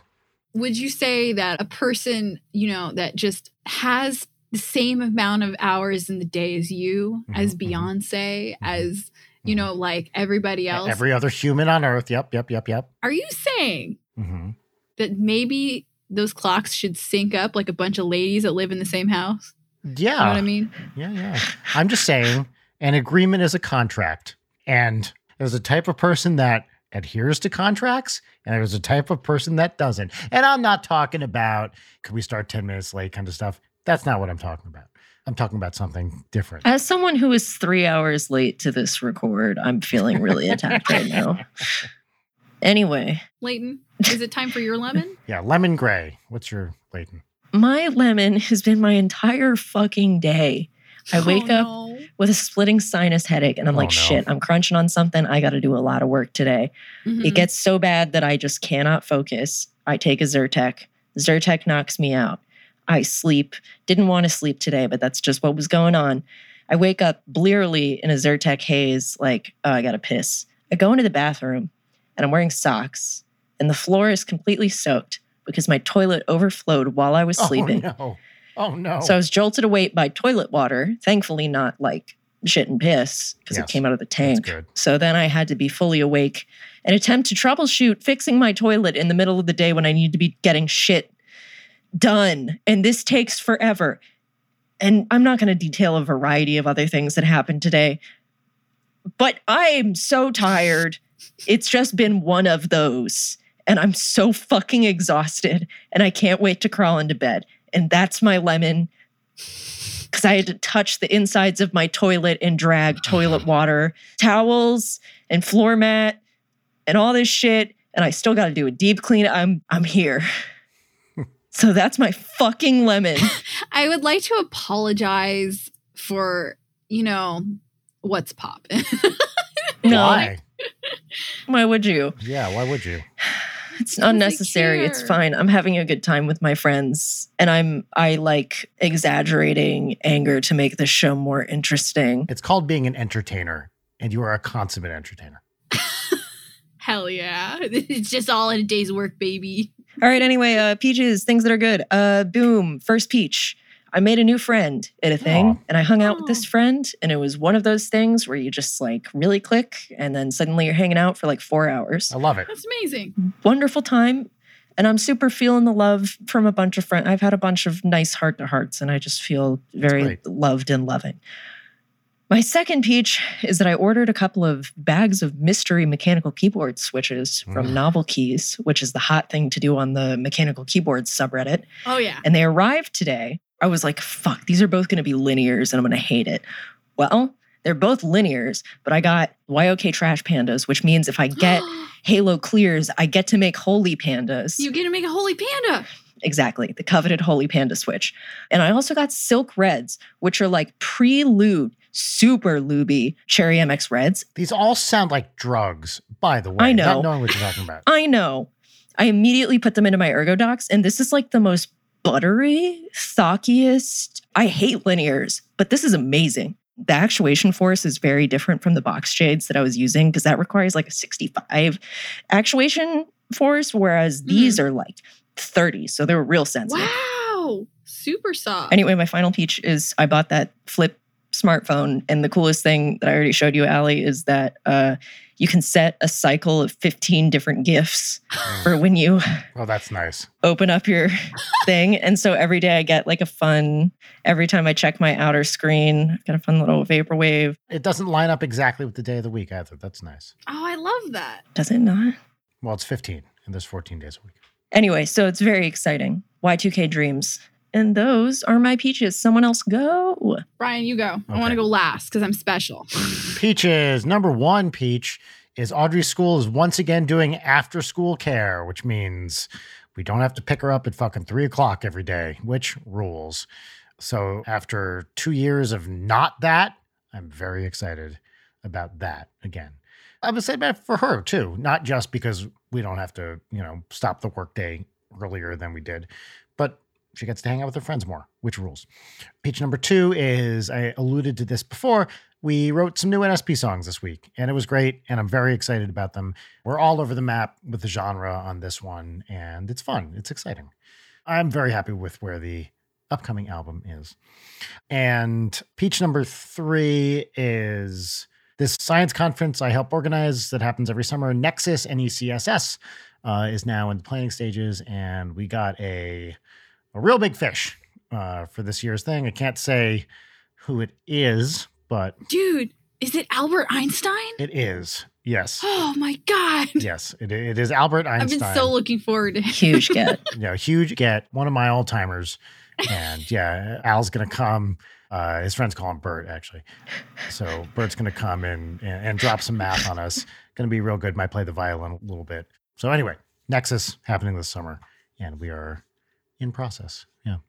Speaker 2: would you say that a person you know that just has the same amount of hours in the day as you
Speaker 1: Mm-hmm,
Speaker 3: Mhm,
Speaker 2: as
Speaker 3: mhm.
Speaker 2: beyonce as you
Speaker 3: Mhm.
Speaker 2: know like
Speaker 1: E-,
Speaker 2: everybody else
Speaker 3: E- Every other human on earth. Yep, yep, yep, yep.
Speaker 2: are you saying
Speaker 3: hmm
Speaker 2: that maybe those clocks should sync up like a bunch of ladies that live in the same house
Speaker 3: Yeah,
Speaker 2: you
Speaker 1: Ah.
Speaker 2: know what i mean
Speaker 3: yeah, yeah. I'm just saying, an agreement is a contract, and there's a type of person that adheres to contracts, and there's a type of person that doesn't. And I'm not talking about could we start ten minutes late kind of stuff. That's not what I'm talking about. I'm talking about something different.
Speaker 1: As someone who is three hours late to this record, I'm feeling really attacked right now. Anyway,
Speaker 2: leighton is it time for your lemon
Speaker 3: Yeah, lemon gray. What's your Leighton?
Speaker 1: my lemon has been my entire fucking day I wake up
Speaker 2: Oh, no.
Speaker 1: with a splitting sinus headache, and I'm
Speaker 3: Oh,
Speaker 1: like,
Speaker 3: no.
Speaker 1: shit, I'm crunching on something. I got to do a lot of work today.
Speaker 2: Mhm.
Speaker 1: It gets so bad that I just cannot focus. I take a Zyrtec. Zyrtec knocks me out. I sleep. Didn't want to sleep today, but that's just what was going on. I wake up blearily in a Zyrtec haze, like, oh, I got to piss. I go into the bathroom and I'm wearing socks, and the floor is completely soaked because my toilet overflowed while I was sleeping.
Speaker 3: Oh no! Oh no!
Speaker 1: So I was jolted awake by toilet water, thankfully, not like shit and piss because
Speaker 3: Yes,
Speaker 1: it came out of the
Speaker 3: that's
Speaker 1: tank.
Speaker 3: good.
Speaker 1: So then I had to be fully awake and attempt to troubleshoot fixing my toilet in the middle of the day when I need to be getting shit done. And this takes forever. And I'm not going to detail a variety of other things that happened today, but I'm so tired. It's just been one of those. And I'm so fucking exhausted. And I can't wait to crawl into bed. And that's my lemon. Because I had to touch the insides of my toilet and drag toilet water towels and floor mat and all this shit, and I still got to do a deep clean. I'm I'm here. so that's my fucking lemon.
Speaker 2: I would like to apologize for, you know, what's pop.
Speaker 1: No,
Speaker 3: Why?
Speaker 1: why would you?
Speaker 3: Yeah, why would you?
Speaker 1: It's
Speaker 2: Because I
Speaker 1: unnecessary. It's
Speaker 2: care.
Speaker 1: fine. I'm having a good time with my friends, and I'm I like exaggerating anger to make this show more interesting.
Speaker 3: It's called being an entertainer, and you are a consummate entertainer.
Speaker 2: Hell yeah. It's just all in a day's work, baby.
Speaker 1: All right. Anyway, uh, peaches, things that are good. Uh, boom. First peach. I made a new friend at a thing,
Speaker 3: Aw.
Speaker 1: and I hung out with this
Speaker 2: Aw.
Speaker 1: friend, and it was one of those things where you just like really click, and then suddenly you're hanging out for like four hours.
Speaker 3: I love it.
Speaker 2: That's amazing.
Speaker 1: Wonderful time. And I'm super feeling the love from a bunch of friends. I've had a bunch of nice heart to hearts, and I just feel very
Speaker 3: great.
Speaker 1: loved and loving. My second peach is that I ordered a couple of bags of mystery mechanical keyboard switches from
Speaker 3: Mm.
Speaker 1: Novel Keys, which is the hot thing to do on the mechanical keyboards subreddit
Speaker 2: Oh, yeah.
Speaker 1: and they arrived today. I was like, fuck, these are both going to be linears and I'm going to hate it. Well, they're both linears, but I got YOK trash pandas, which means if I get Halo clears, I get to make Holy Pandas.
Speaker 2: you get to make a holy panda.
Speaker 1: exactly, the coveted Holy Panda Switch. And I also got Silk Reds, which are like prelude, super looby Cherry MX Reds.
Speaker 3: These all sound like drugs, by the way.
Speaker 1: I know.
Speaker 3: Not knowing what you're talking about.
Speaker 1: I know. I immediately put them into my ergo docs, and this is like the most buttery, thockiest. I hate linears, but this is amazing. The actuation force is very different from the box shades that I was using because that requires like a 65 actuation force, whereas these are like 30. So they were real sensitive.
Speaker 2: Wow. Super soft.
Speaker 1: Anyway, my final peach is I bought that flip smartphone, and the coolest thing that I already showed you, Allie, is that uh, you can set a cycle of 15 different gifts for when you
Speaker 3: Mm. Well, that's nice.
Speaker 1: open up your thing. And so every day I get like a fun, every time I check my outer screen, I get a fun little vaporwave.
Speaker 3: It doesn't line up exactly with the day of the week either. That's nice.
Speaker 2: oh, I love that.
Speaker 1: Does it not?
Speaker 3: Well, it's 15, and there's 14 days a week.
Speaker 1: Anyway, so it's very exciting. Y2K dreams. And those are my peaches. Someone else go.
Speaker 2: Brian, you go. I want
Speaker 3: Okay.
Speaker 2: to go last because I'm special.
Speaker 3: Peaches, number one peach is Audrey School is once again doing after school care, which means we don't have to pick her up at fucking three o'clock every day, which rules. So after two years of not that, I'm very excited about that again. I would say that for her too, not just because we don't have to, you know, stop the workday earlier than we did, but she gets to hang out with her friends more, which rules. Peach number two is I alluded to this before. We wrote some new NSP songs this week, and it was great, and I'm very excited about them. We're all over the map with the genre on this one, and it's fun. It's exciting. I'm very happy with where the upcoming album is. And Peach number three is this science conference I help organize that happens every summer. Nexus E NECSS uh, is now in the planning stages, and we got a a real big fish uh, for this year's thing. I can't say who it is, but
Speaker 2: Dude, is it Albert Einstein?
Speaker 3: it is. Yes.
Speaker 2: Oh, my God.
Speaker 3: Yes, it, it is Albert
Speaker 2: I've been
Speaker 3: Einstein.
Speaker 2: so looking forward to it.
Speaker 1: Huge get.
Speaker 3: you know, huge get, one of my all timers. And yeah, Al's going to come. Uh, his friends call him Bert, actually. So Bert's going to come in and, and drop some math on us. Going to be real good. Might play the violin a little bit. So anyway, Nexus happening this summer. And we are in process. Yeah.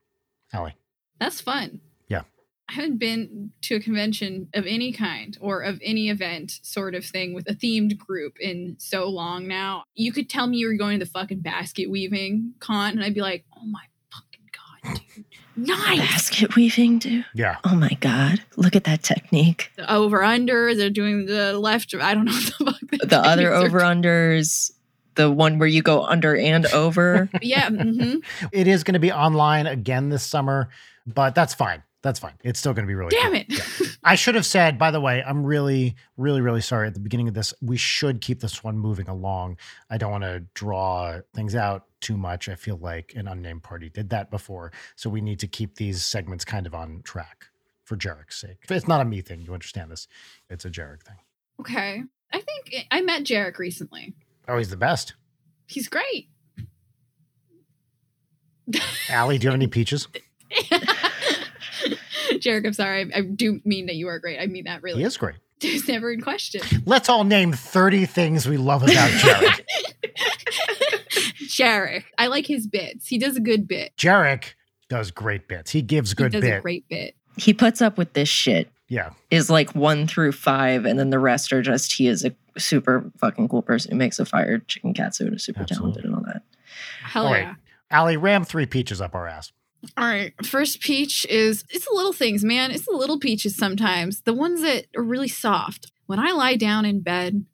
Speaker 3: Allie.
Speaker 2: That's fun.
Speaker 3: Yeah.
Speaker 2: I haven't been to a convention of any kind or of any event sort of thing with a themed group in so long now. You could tell me you were going to the fucking basket weaving con, and I'd be like, oh my fucking God, dude. Nice.
Speaker 1: Basket weaving, too.
Speaker 3: Yeah.
Speaker 1: Oh my God. Look at that technique.
Speaker 2: The over under, they're doing the left. I don't know what the fuck. they're
Speaker 1: The
Speaker 2: doing.
Speaker 1: other
Speaker 2: They're-
Speaker 1: over unders, the one where you go under and over.
Speaker 2: Yeah. hmm
Speaker 3: It is going to be online again this summer, but that's fine. That's fine. It's still going to be really.
Speaker 2: Damn
Speaker 3: cool.
Speaker 2: it.
Speaker 3: Yeah. I should have said, by the way, I'm really, really, really sorry at the beginning of this. We should keep this one moving along. I don't want to draw things out too much. I feel like an unnamed party did that before. So we need to keep these segments kind of on track for Jarek's sake. It's not a me thing. You understand this. It's a Jarek thing.
Speaker 2: Okay. I think I met Jarek recently.
Speaker 3: Oh, he's the best.
Speaker 2: He's great.
Speaker 3: Allie, do you have any peaches?
Speaker 2: Jarek, I'm sorry. I, I do mean that you are great. I mean that really.
Speaker 3: He is great.
Speaker 2: There's never in question.
Speaker 3: Let's all name 30 things we love about Jarek.
Speaker 2: Jarek. I like his bits. He does a good bit.
Speaker 3: Jarek does great bits. He gives good
Speaker 2: he does
Speaker 3: bit.
Speaker 2: a great bit.
Speaker 1: He puts up with this shit
Speaker 3: yeah.
Speaker 1: is like one through five, and then the rest are just he is a super fucking cool person who makes a fire chicken katsu and is super talented and all that.
Speaker 2: Hell
Speaker 3: All right.
Speaker 2: yeah.
Speaker 3: Allie, ram three peaches up our ass.
Speaker 2: All right. First peach is it's the little things, man. It's the little peaches sometimes. The ones that are really soft. When I lie down in bed,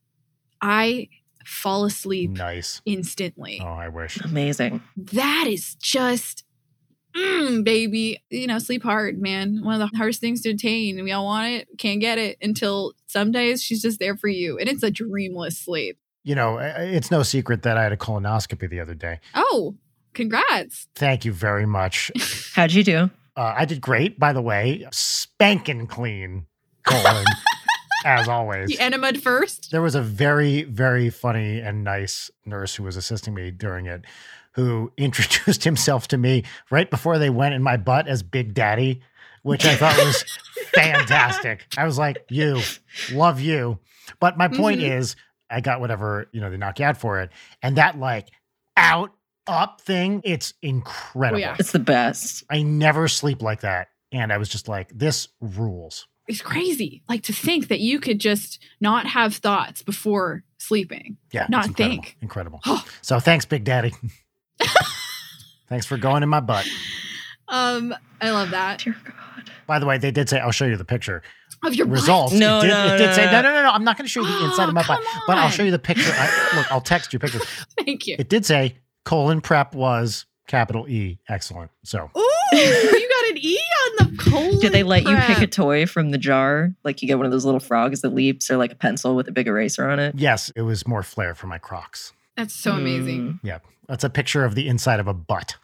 Speaker 2: I fall asleep
Speaker 3: Nice.
Speaker 2: instantly.
Speaker 3: Oh, I wish.
Speaker 1: Amazing.
Speaker 2: That is just mm, baby. You know, sleep hard, man. One of the hardest things to attain. We all want it, can't get it until some days she's just there for you. And it's a dreamless sleep.
Speaker 3: You know, i- it's no secret that I had a colonoscopy the other day.
Speaker 2: Oh, congrats.
Speaker 3: Thank you very much.
Speaker 1: How'd you do?
Speaker 3: Uh, I did great, by the way. Spanking clean colon, as always.
Speaker 2: You enemed first.
Speaker 3: There was a very, very funny and nice nurse who was assisting me during it who introduced himself to me right before they went in my butt as Big Daddy, which I thought was fantastic. I was like, you, love you. But my point
Speaker 2: Mhm.
Speaker 3: is, I got whatever, you know, they knock you out for it. And that like out, up thing, it's incredible.
Speaker 2: yeah.
Speaker 1: It's the best.
Speaker 3: I never sleep like that. And I was just like, this rules.
Speaker 2: it's crazy. Like to think that you could just not have thoughts before sleeping.
Speaker 3: Yeah.
Speaker 2: Not
Speaker 3: it's incredible.
Speaker 2: think.
Speaker 3: Incredible. So thanks, Big Daddy. thanks for going in my butt.
Speaker 2: um, I love that.
Speaker 1: Dear God.
Speaker 3: By the way, they did say, I'll show you the picture.
Speaker 2: Of your butt.
Speaker 3: Results.
Speaker 1: No,
Speaker 3: it did,
Speaker 1: no,
Speaker 3: it did
Speaker 1: no,
Speaker 3: say,
Speaker 1: no.
Speaker 3: no, no, no, no. I'm not going to show you the inside of my
Speaker 2: Oh,
Speaker 3: butt,
Speaker 2: come
Speaker 3: but I'll
Speaker 2: on.
Speaker 3: show you the picture. I, look, I'll text you pictures.
Speaker 2: Thank you.
Speaker 3: It did say, colon prep was capital E. Excellent. So
Speaker 2: Ooh, you got an E on the colon.
Speaker 1: Did they let you pick a
Speaker 2: prep.
Speaker 1: toy from the jar? Like you get one of those little frogs that leaps or like a pencil with a big eraser on it?
Speaker 3: yes, it was more flair for my Crocs.
Speaker 2: That's so amazing.
Speaker 1: Mm.
Speaker 3: That's a picture of the inside of a butt.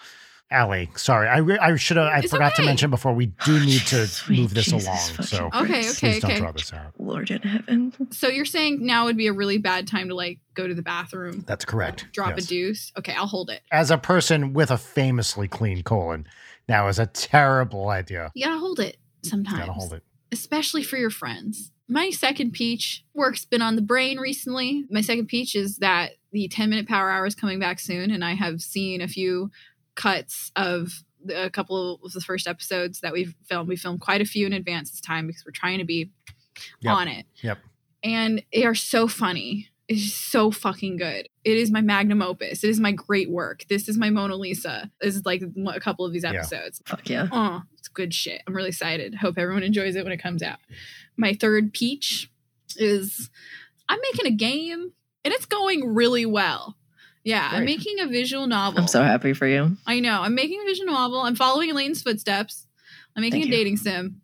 Speaker 3: Allie, sorry. I, re- I should have, I
Speaker 2: It's
Speaker 3: forgot to
Speaker 2: okay. Oh,
Speaker 3: mention before we do need to
Speaker 1: Jesus, Mm. sweet
Speaker 3: move this
Speaker 1: Jesus
Speaker 3: along.
Speaker 1: fucking
Speaker 3: So
Speaker 2: Okay,
Speaker 1: Christ.
Speaker 2: okay,
Speaker 3: please don't
Speaker 2: okay.
Speaker 3: draw this out.
Speaker 1: Lord in heaven.
Speaker 2: So you're saying now would be a really bad time to like go to the bathroom,
Speaker 3: That's correct.
Speaker 2: drop
Speaker 3: Yes.
Speaker 2: a deuce. Okay, I'll hold it.
Speaker 3: as a person with a famously clean colon now is a terrible idea.
Speaker 2: You gotta hold it sometimes.
Speaker 3: Gotta hold it.
Speaker 2: especially for your friends. My second peach work's been on the brain recently. My second peach is that the 10 minute power hour is coming back soon, and I have seen a few cuts of the- a couple of the first episodes that we've filmed. We filmed quite a few in advance this time because we're trying to be
Speaker 3: Yep.
Speaker 2: on it.
Speaker 3: Yep.
Speaker 2: And they are so funny. It's just so fucking good. It is my magnum opus. It is my great work. This is my Mona Lisa. This is like a couple of these
Speaker 3: Yeah.
Speaker 2: episodes.
Speaker 1: Fuck yeah.
Speaker 2: Oh, it's good shit. I'm really excited. Hope everyone enjoys it when it comes out. My third peach is I'm making a game and it's going really well. Yeah, I'm
Speaker 3: Great.
Speaker 2: making a visual novel.
Speaker 1: I'm so happy for you.
Speaker 2: I know. I'm making a visual novel. I'm following Elaine's footsteps. I'm making
Speaker 1: Thank you.
Speaker 2: a dating sim.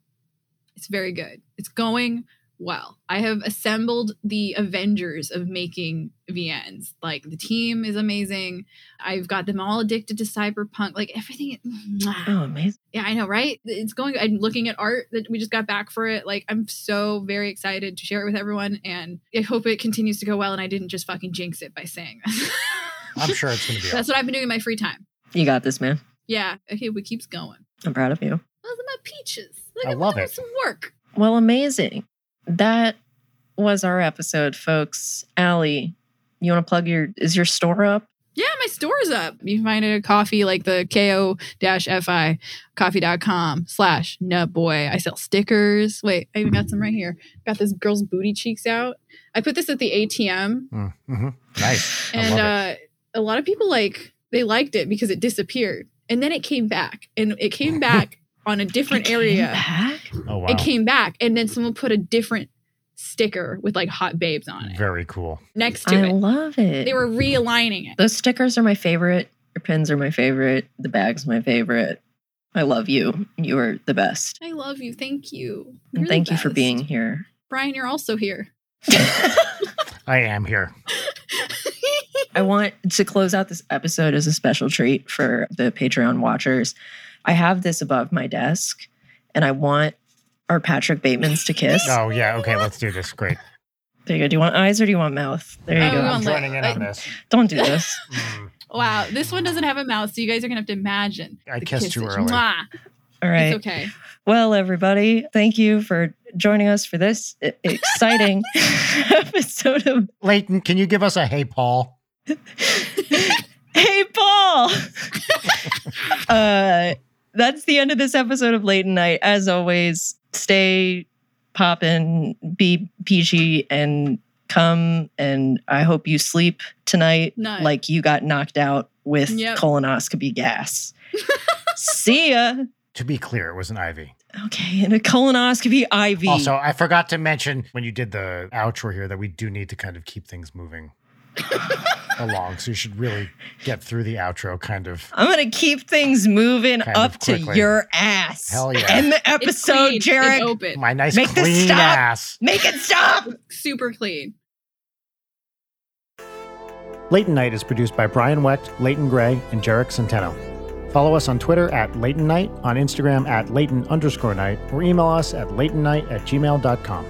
Speaker 2: It's very good. It's going well. I have assembled the Avengers of making VNs. Like the team is amazing. I've got them all addicted to cyberpunk. Like everything.
Speaker 1: Oh, amazing.
Speaker 2: Yeah, I know, right? It's going. I'm looking at art that we just got back for it. Like, I'm so very excited to share it with everyone, and I hope it continues to go well. And I didn't just fucking jinx it by saying that.
Speaker 3: I'm sure it's going to be.
Speaker 2: That's
Speaker 3: awesome.
Speaker 2: what I've been doing in my free time.
Speaker 1: You got this, man.
Speaker 2: Yeah, okay, we keeps going.
Speaker 1: I'm proud of you.
Speaker 2: Those are my peaches. Look
Speaker 3: I
Speaker 2: at
Speaker 3: love
Speaker 2: them,
Speaker 3: it.
Speaker 2: Some work.
Speaker 1: Well, amazing. That was our episode, folks. Allie, you want to plug your, is your store up?
Speaker 2: Yeah, my store's up. You can find it at coffee, like the ko-fi coffee.com slash nutboy. I sell stickers. Wait, I even got some right here. Got this girl's booty cheeks out. I put this at the ATM
Speaker 3: Mm, mhm. Nice. I
Speaker 2: and
Speaker 3: love it.
Speaker 2: uh, a lot of people like they liked it because it disappeared and then it came back and it came back on a different
Speaker 1: It came
Speaker 2: area
Speaker 1: back?
Speaker 3: oh wow,
Speaker 2: it came back and then someone put a different sticker with like hot babes on it
Speaker 3: very cool.
Speaker 2: next to
Speaker 1: I
Speaker 2: it
Speaker 1: love it.
Speaker 2: they were realigning it
Speaker 1: Those stickers are my favorite. Your pins are my favorite. The bag's my favorite. I love you. You are the best.
Speaker 2: i love you thank you
Speaker 1: And
Speaker 2: You're the
Speaker 1: thank you for
Speaker 2: best.
Speaker 1: being here.
Speaker 2: brian you're also here
Speaker 3: I am here.
Speaker 1: I want to close out this episode as a special treat for the Patreon watchers. I have this above my desk and I want our Patrick Bateman's to kiss.
Speaker 3: Oh yeah. Okay, let's do this. Great.
Speaker 1: There you go. Do you want eyes or do you want mouth? There you
Speaker 2: Oh, we
Speaker 1: go.
Speaker 2: want
Speaker 3: I'm
Speaker 2: lip.
Speaker 3: joining in on this.
Speaker 1: Don't do this.
Speaker 3: Mm.
Speaker 2: wow this one doesn't have a mouth so you guys are gonna have to imagine
Speaker 3: I
Speaker 2: the
Speaker 3: kissed too
Speaker 2: kisses.
Speaker 3: early.
Speaker 2: Mwah.
Speaker 1: All right.
Speaker 2: It's okay.
Speaker 1: Well, everybody, thank you for joining us for this e- exciting episode of
Speaker 3: Leighton, can you give us a hey, Paul?
Speaker 1: Hey Paul. uh, that's the end of this episode of Late Night. As always, stay poppin', be peachy, and come. And I hope you sleep tonight
Speaker 2: No.
Speaker 1: like you got knocked out with
Speaker 2: Yep.
Speaker 1: colonoscopy gas. See ya.
Speaker 3: To be clear, it was an Ivy.
Speaker 1: Okay, and a colonoscopy IV.
Speaker 3: Also, I forgot to mention when you did the outro here that we do need to kind of keep things moving along. So you should really get through the outro kind of.
Speaker 1: I'm gonna keep things moving
Speaker 3: Kind of
Speaker 1: up to
Speaker 3: quickly.
Speaker 1: your ass.
Speaker 3: Hell yeah.
Speaker 1: End the
Speaker 2: It's
Speaker 1: episode,
Speaker 2: clean.
Speaker 1: Jared.
Speaker 2: It's open.
Speaker 3: My nice
Speaker 1: Make this
Speaker 3: clean
Speaker 1: stop.
Speaker 3: ass.
Speaker 1: Make it stop.
Speaker 2: Super clean.
Speaker 3: Leighton Night is produced by Brian Wecht, Leighton Gray, and Jarek Centeno. Follow us on Twitter at Leighton Night, on Instagram at Leighton underscore night, or email us at leightonnight at gmail.com.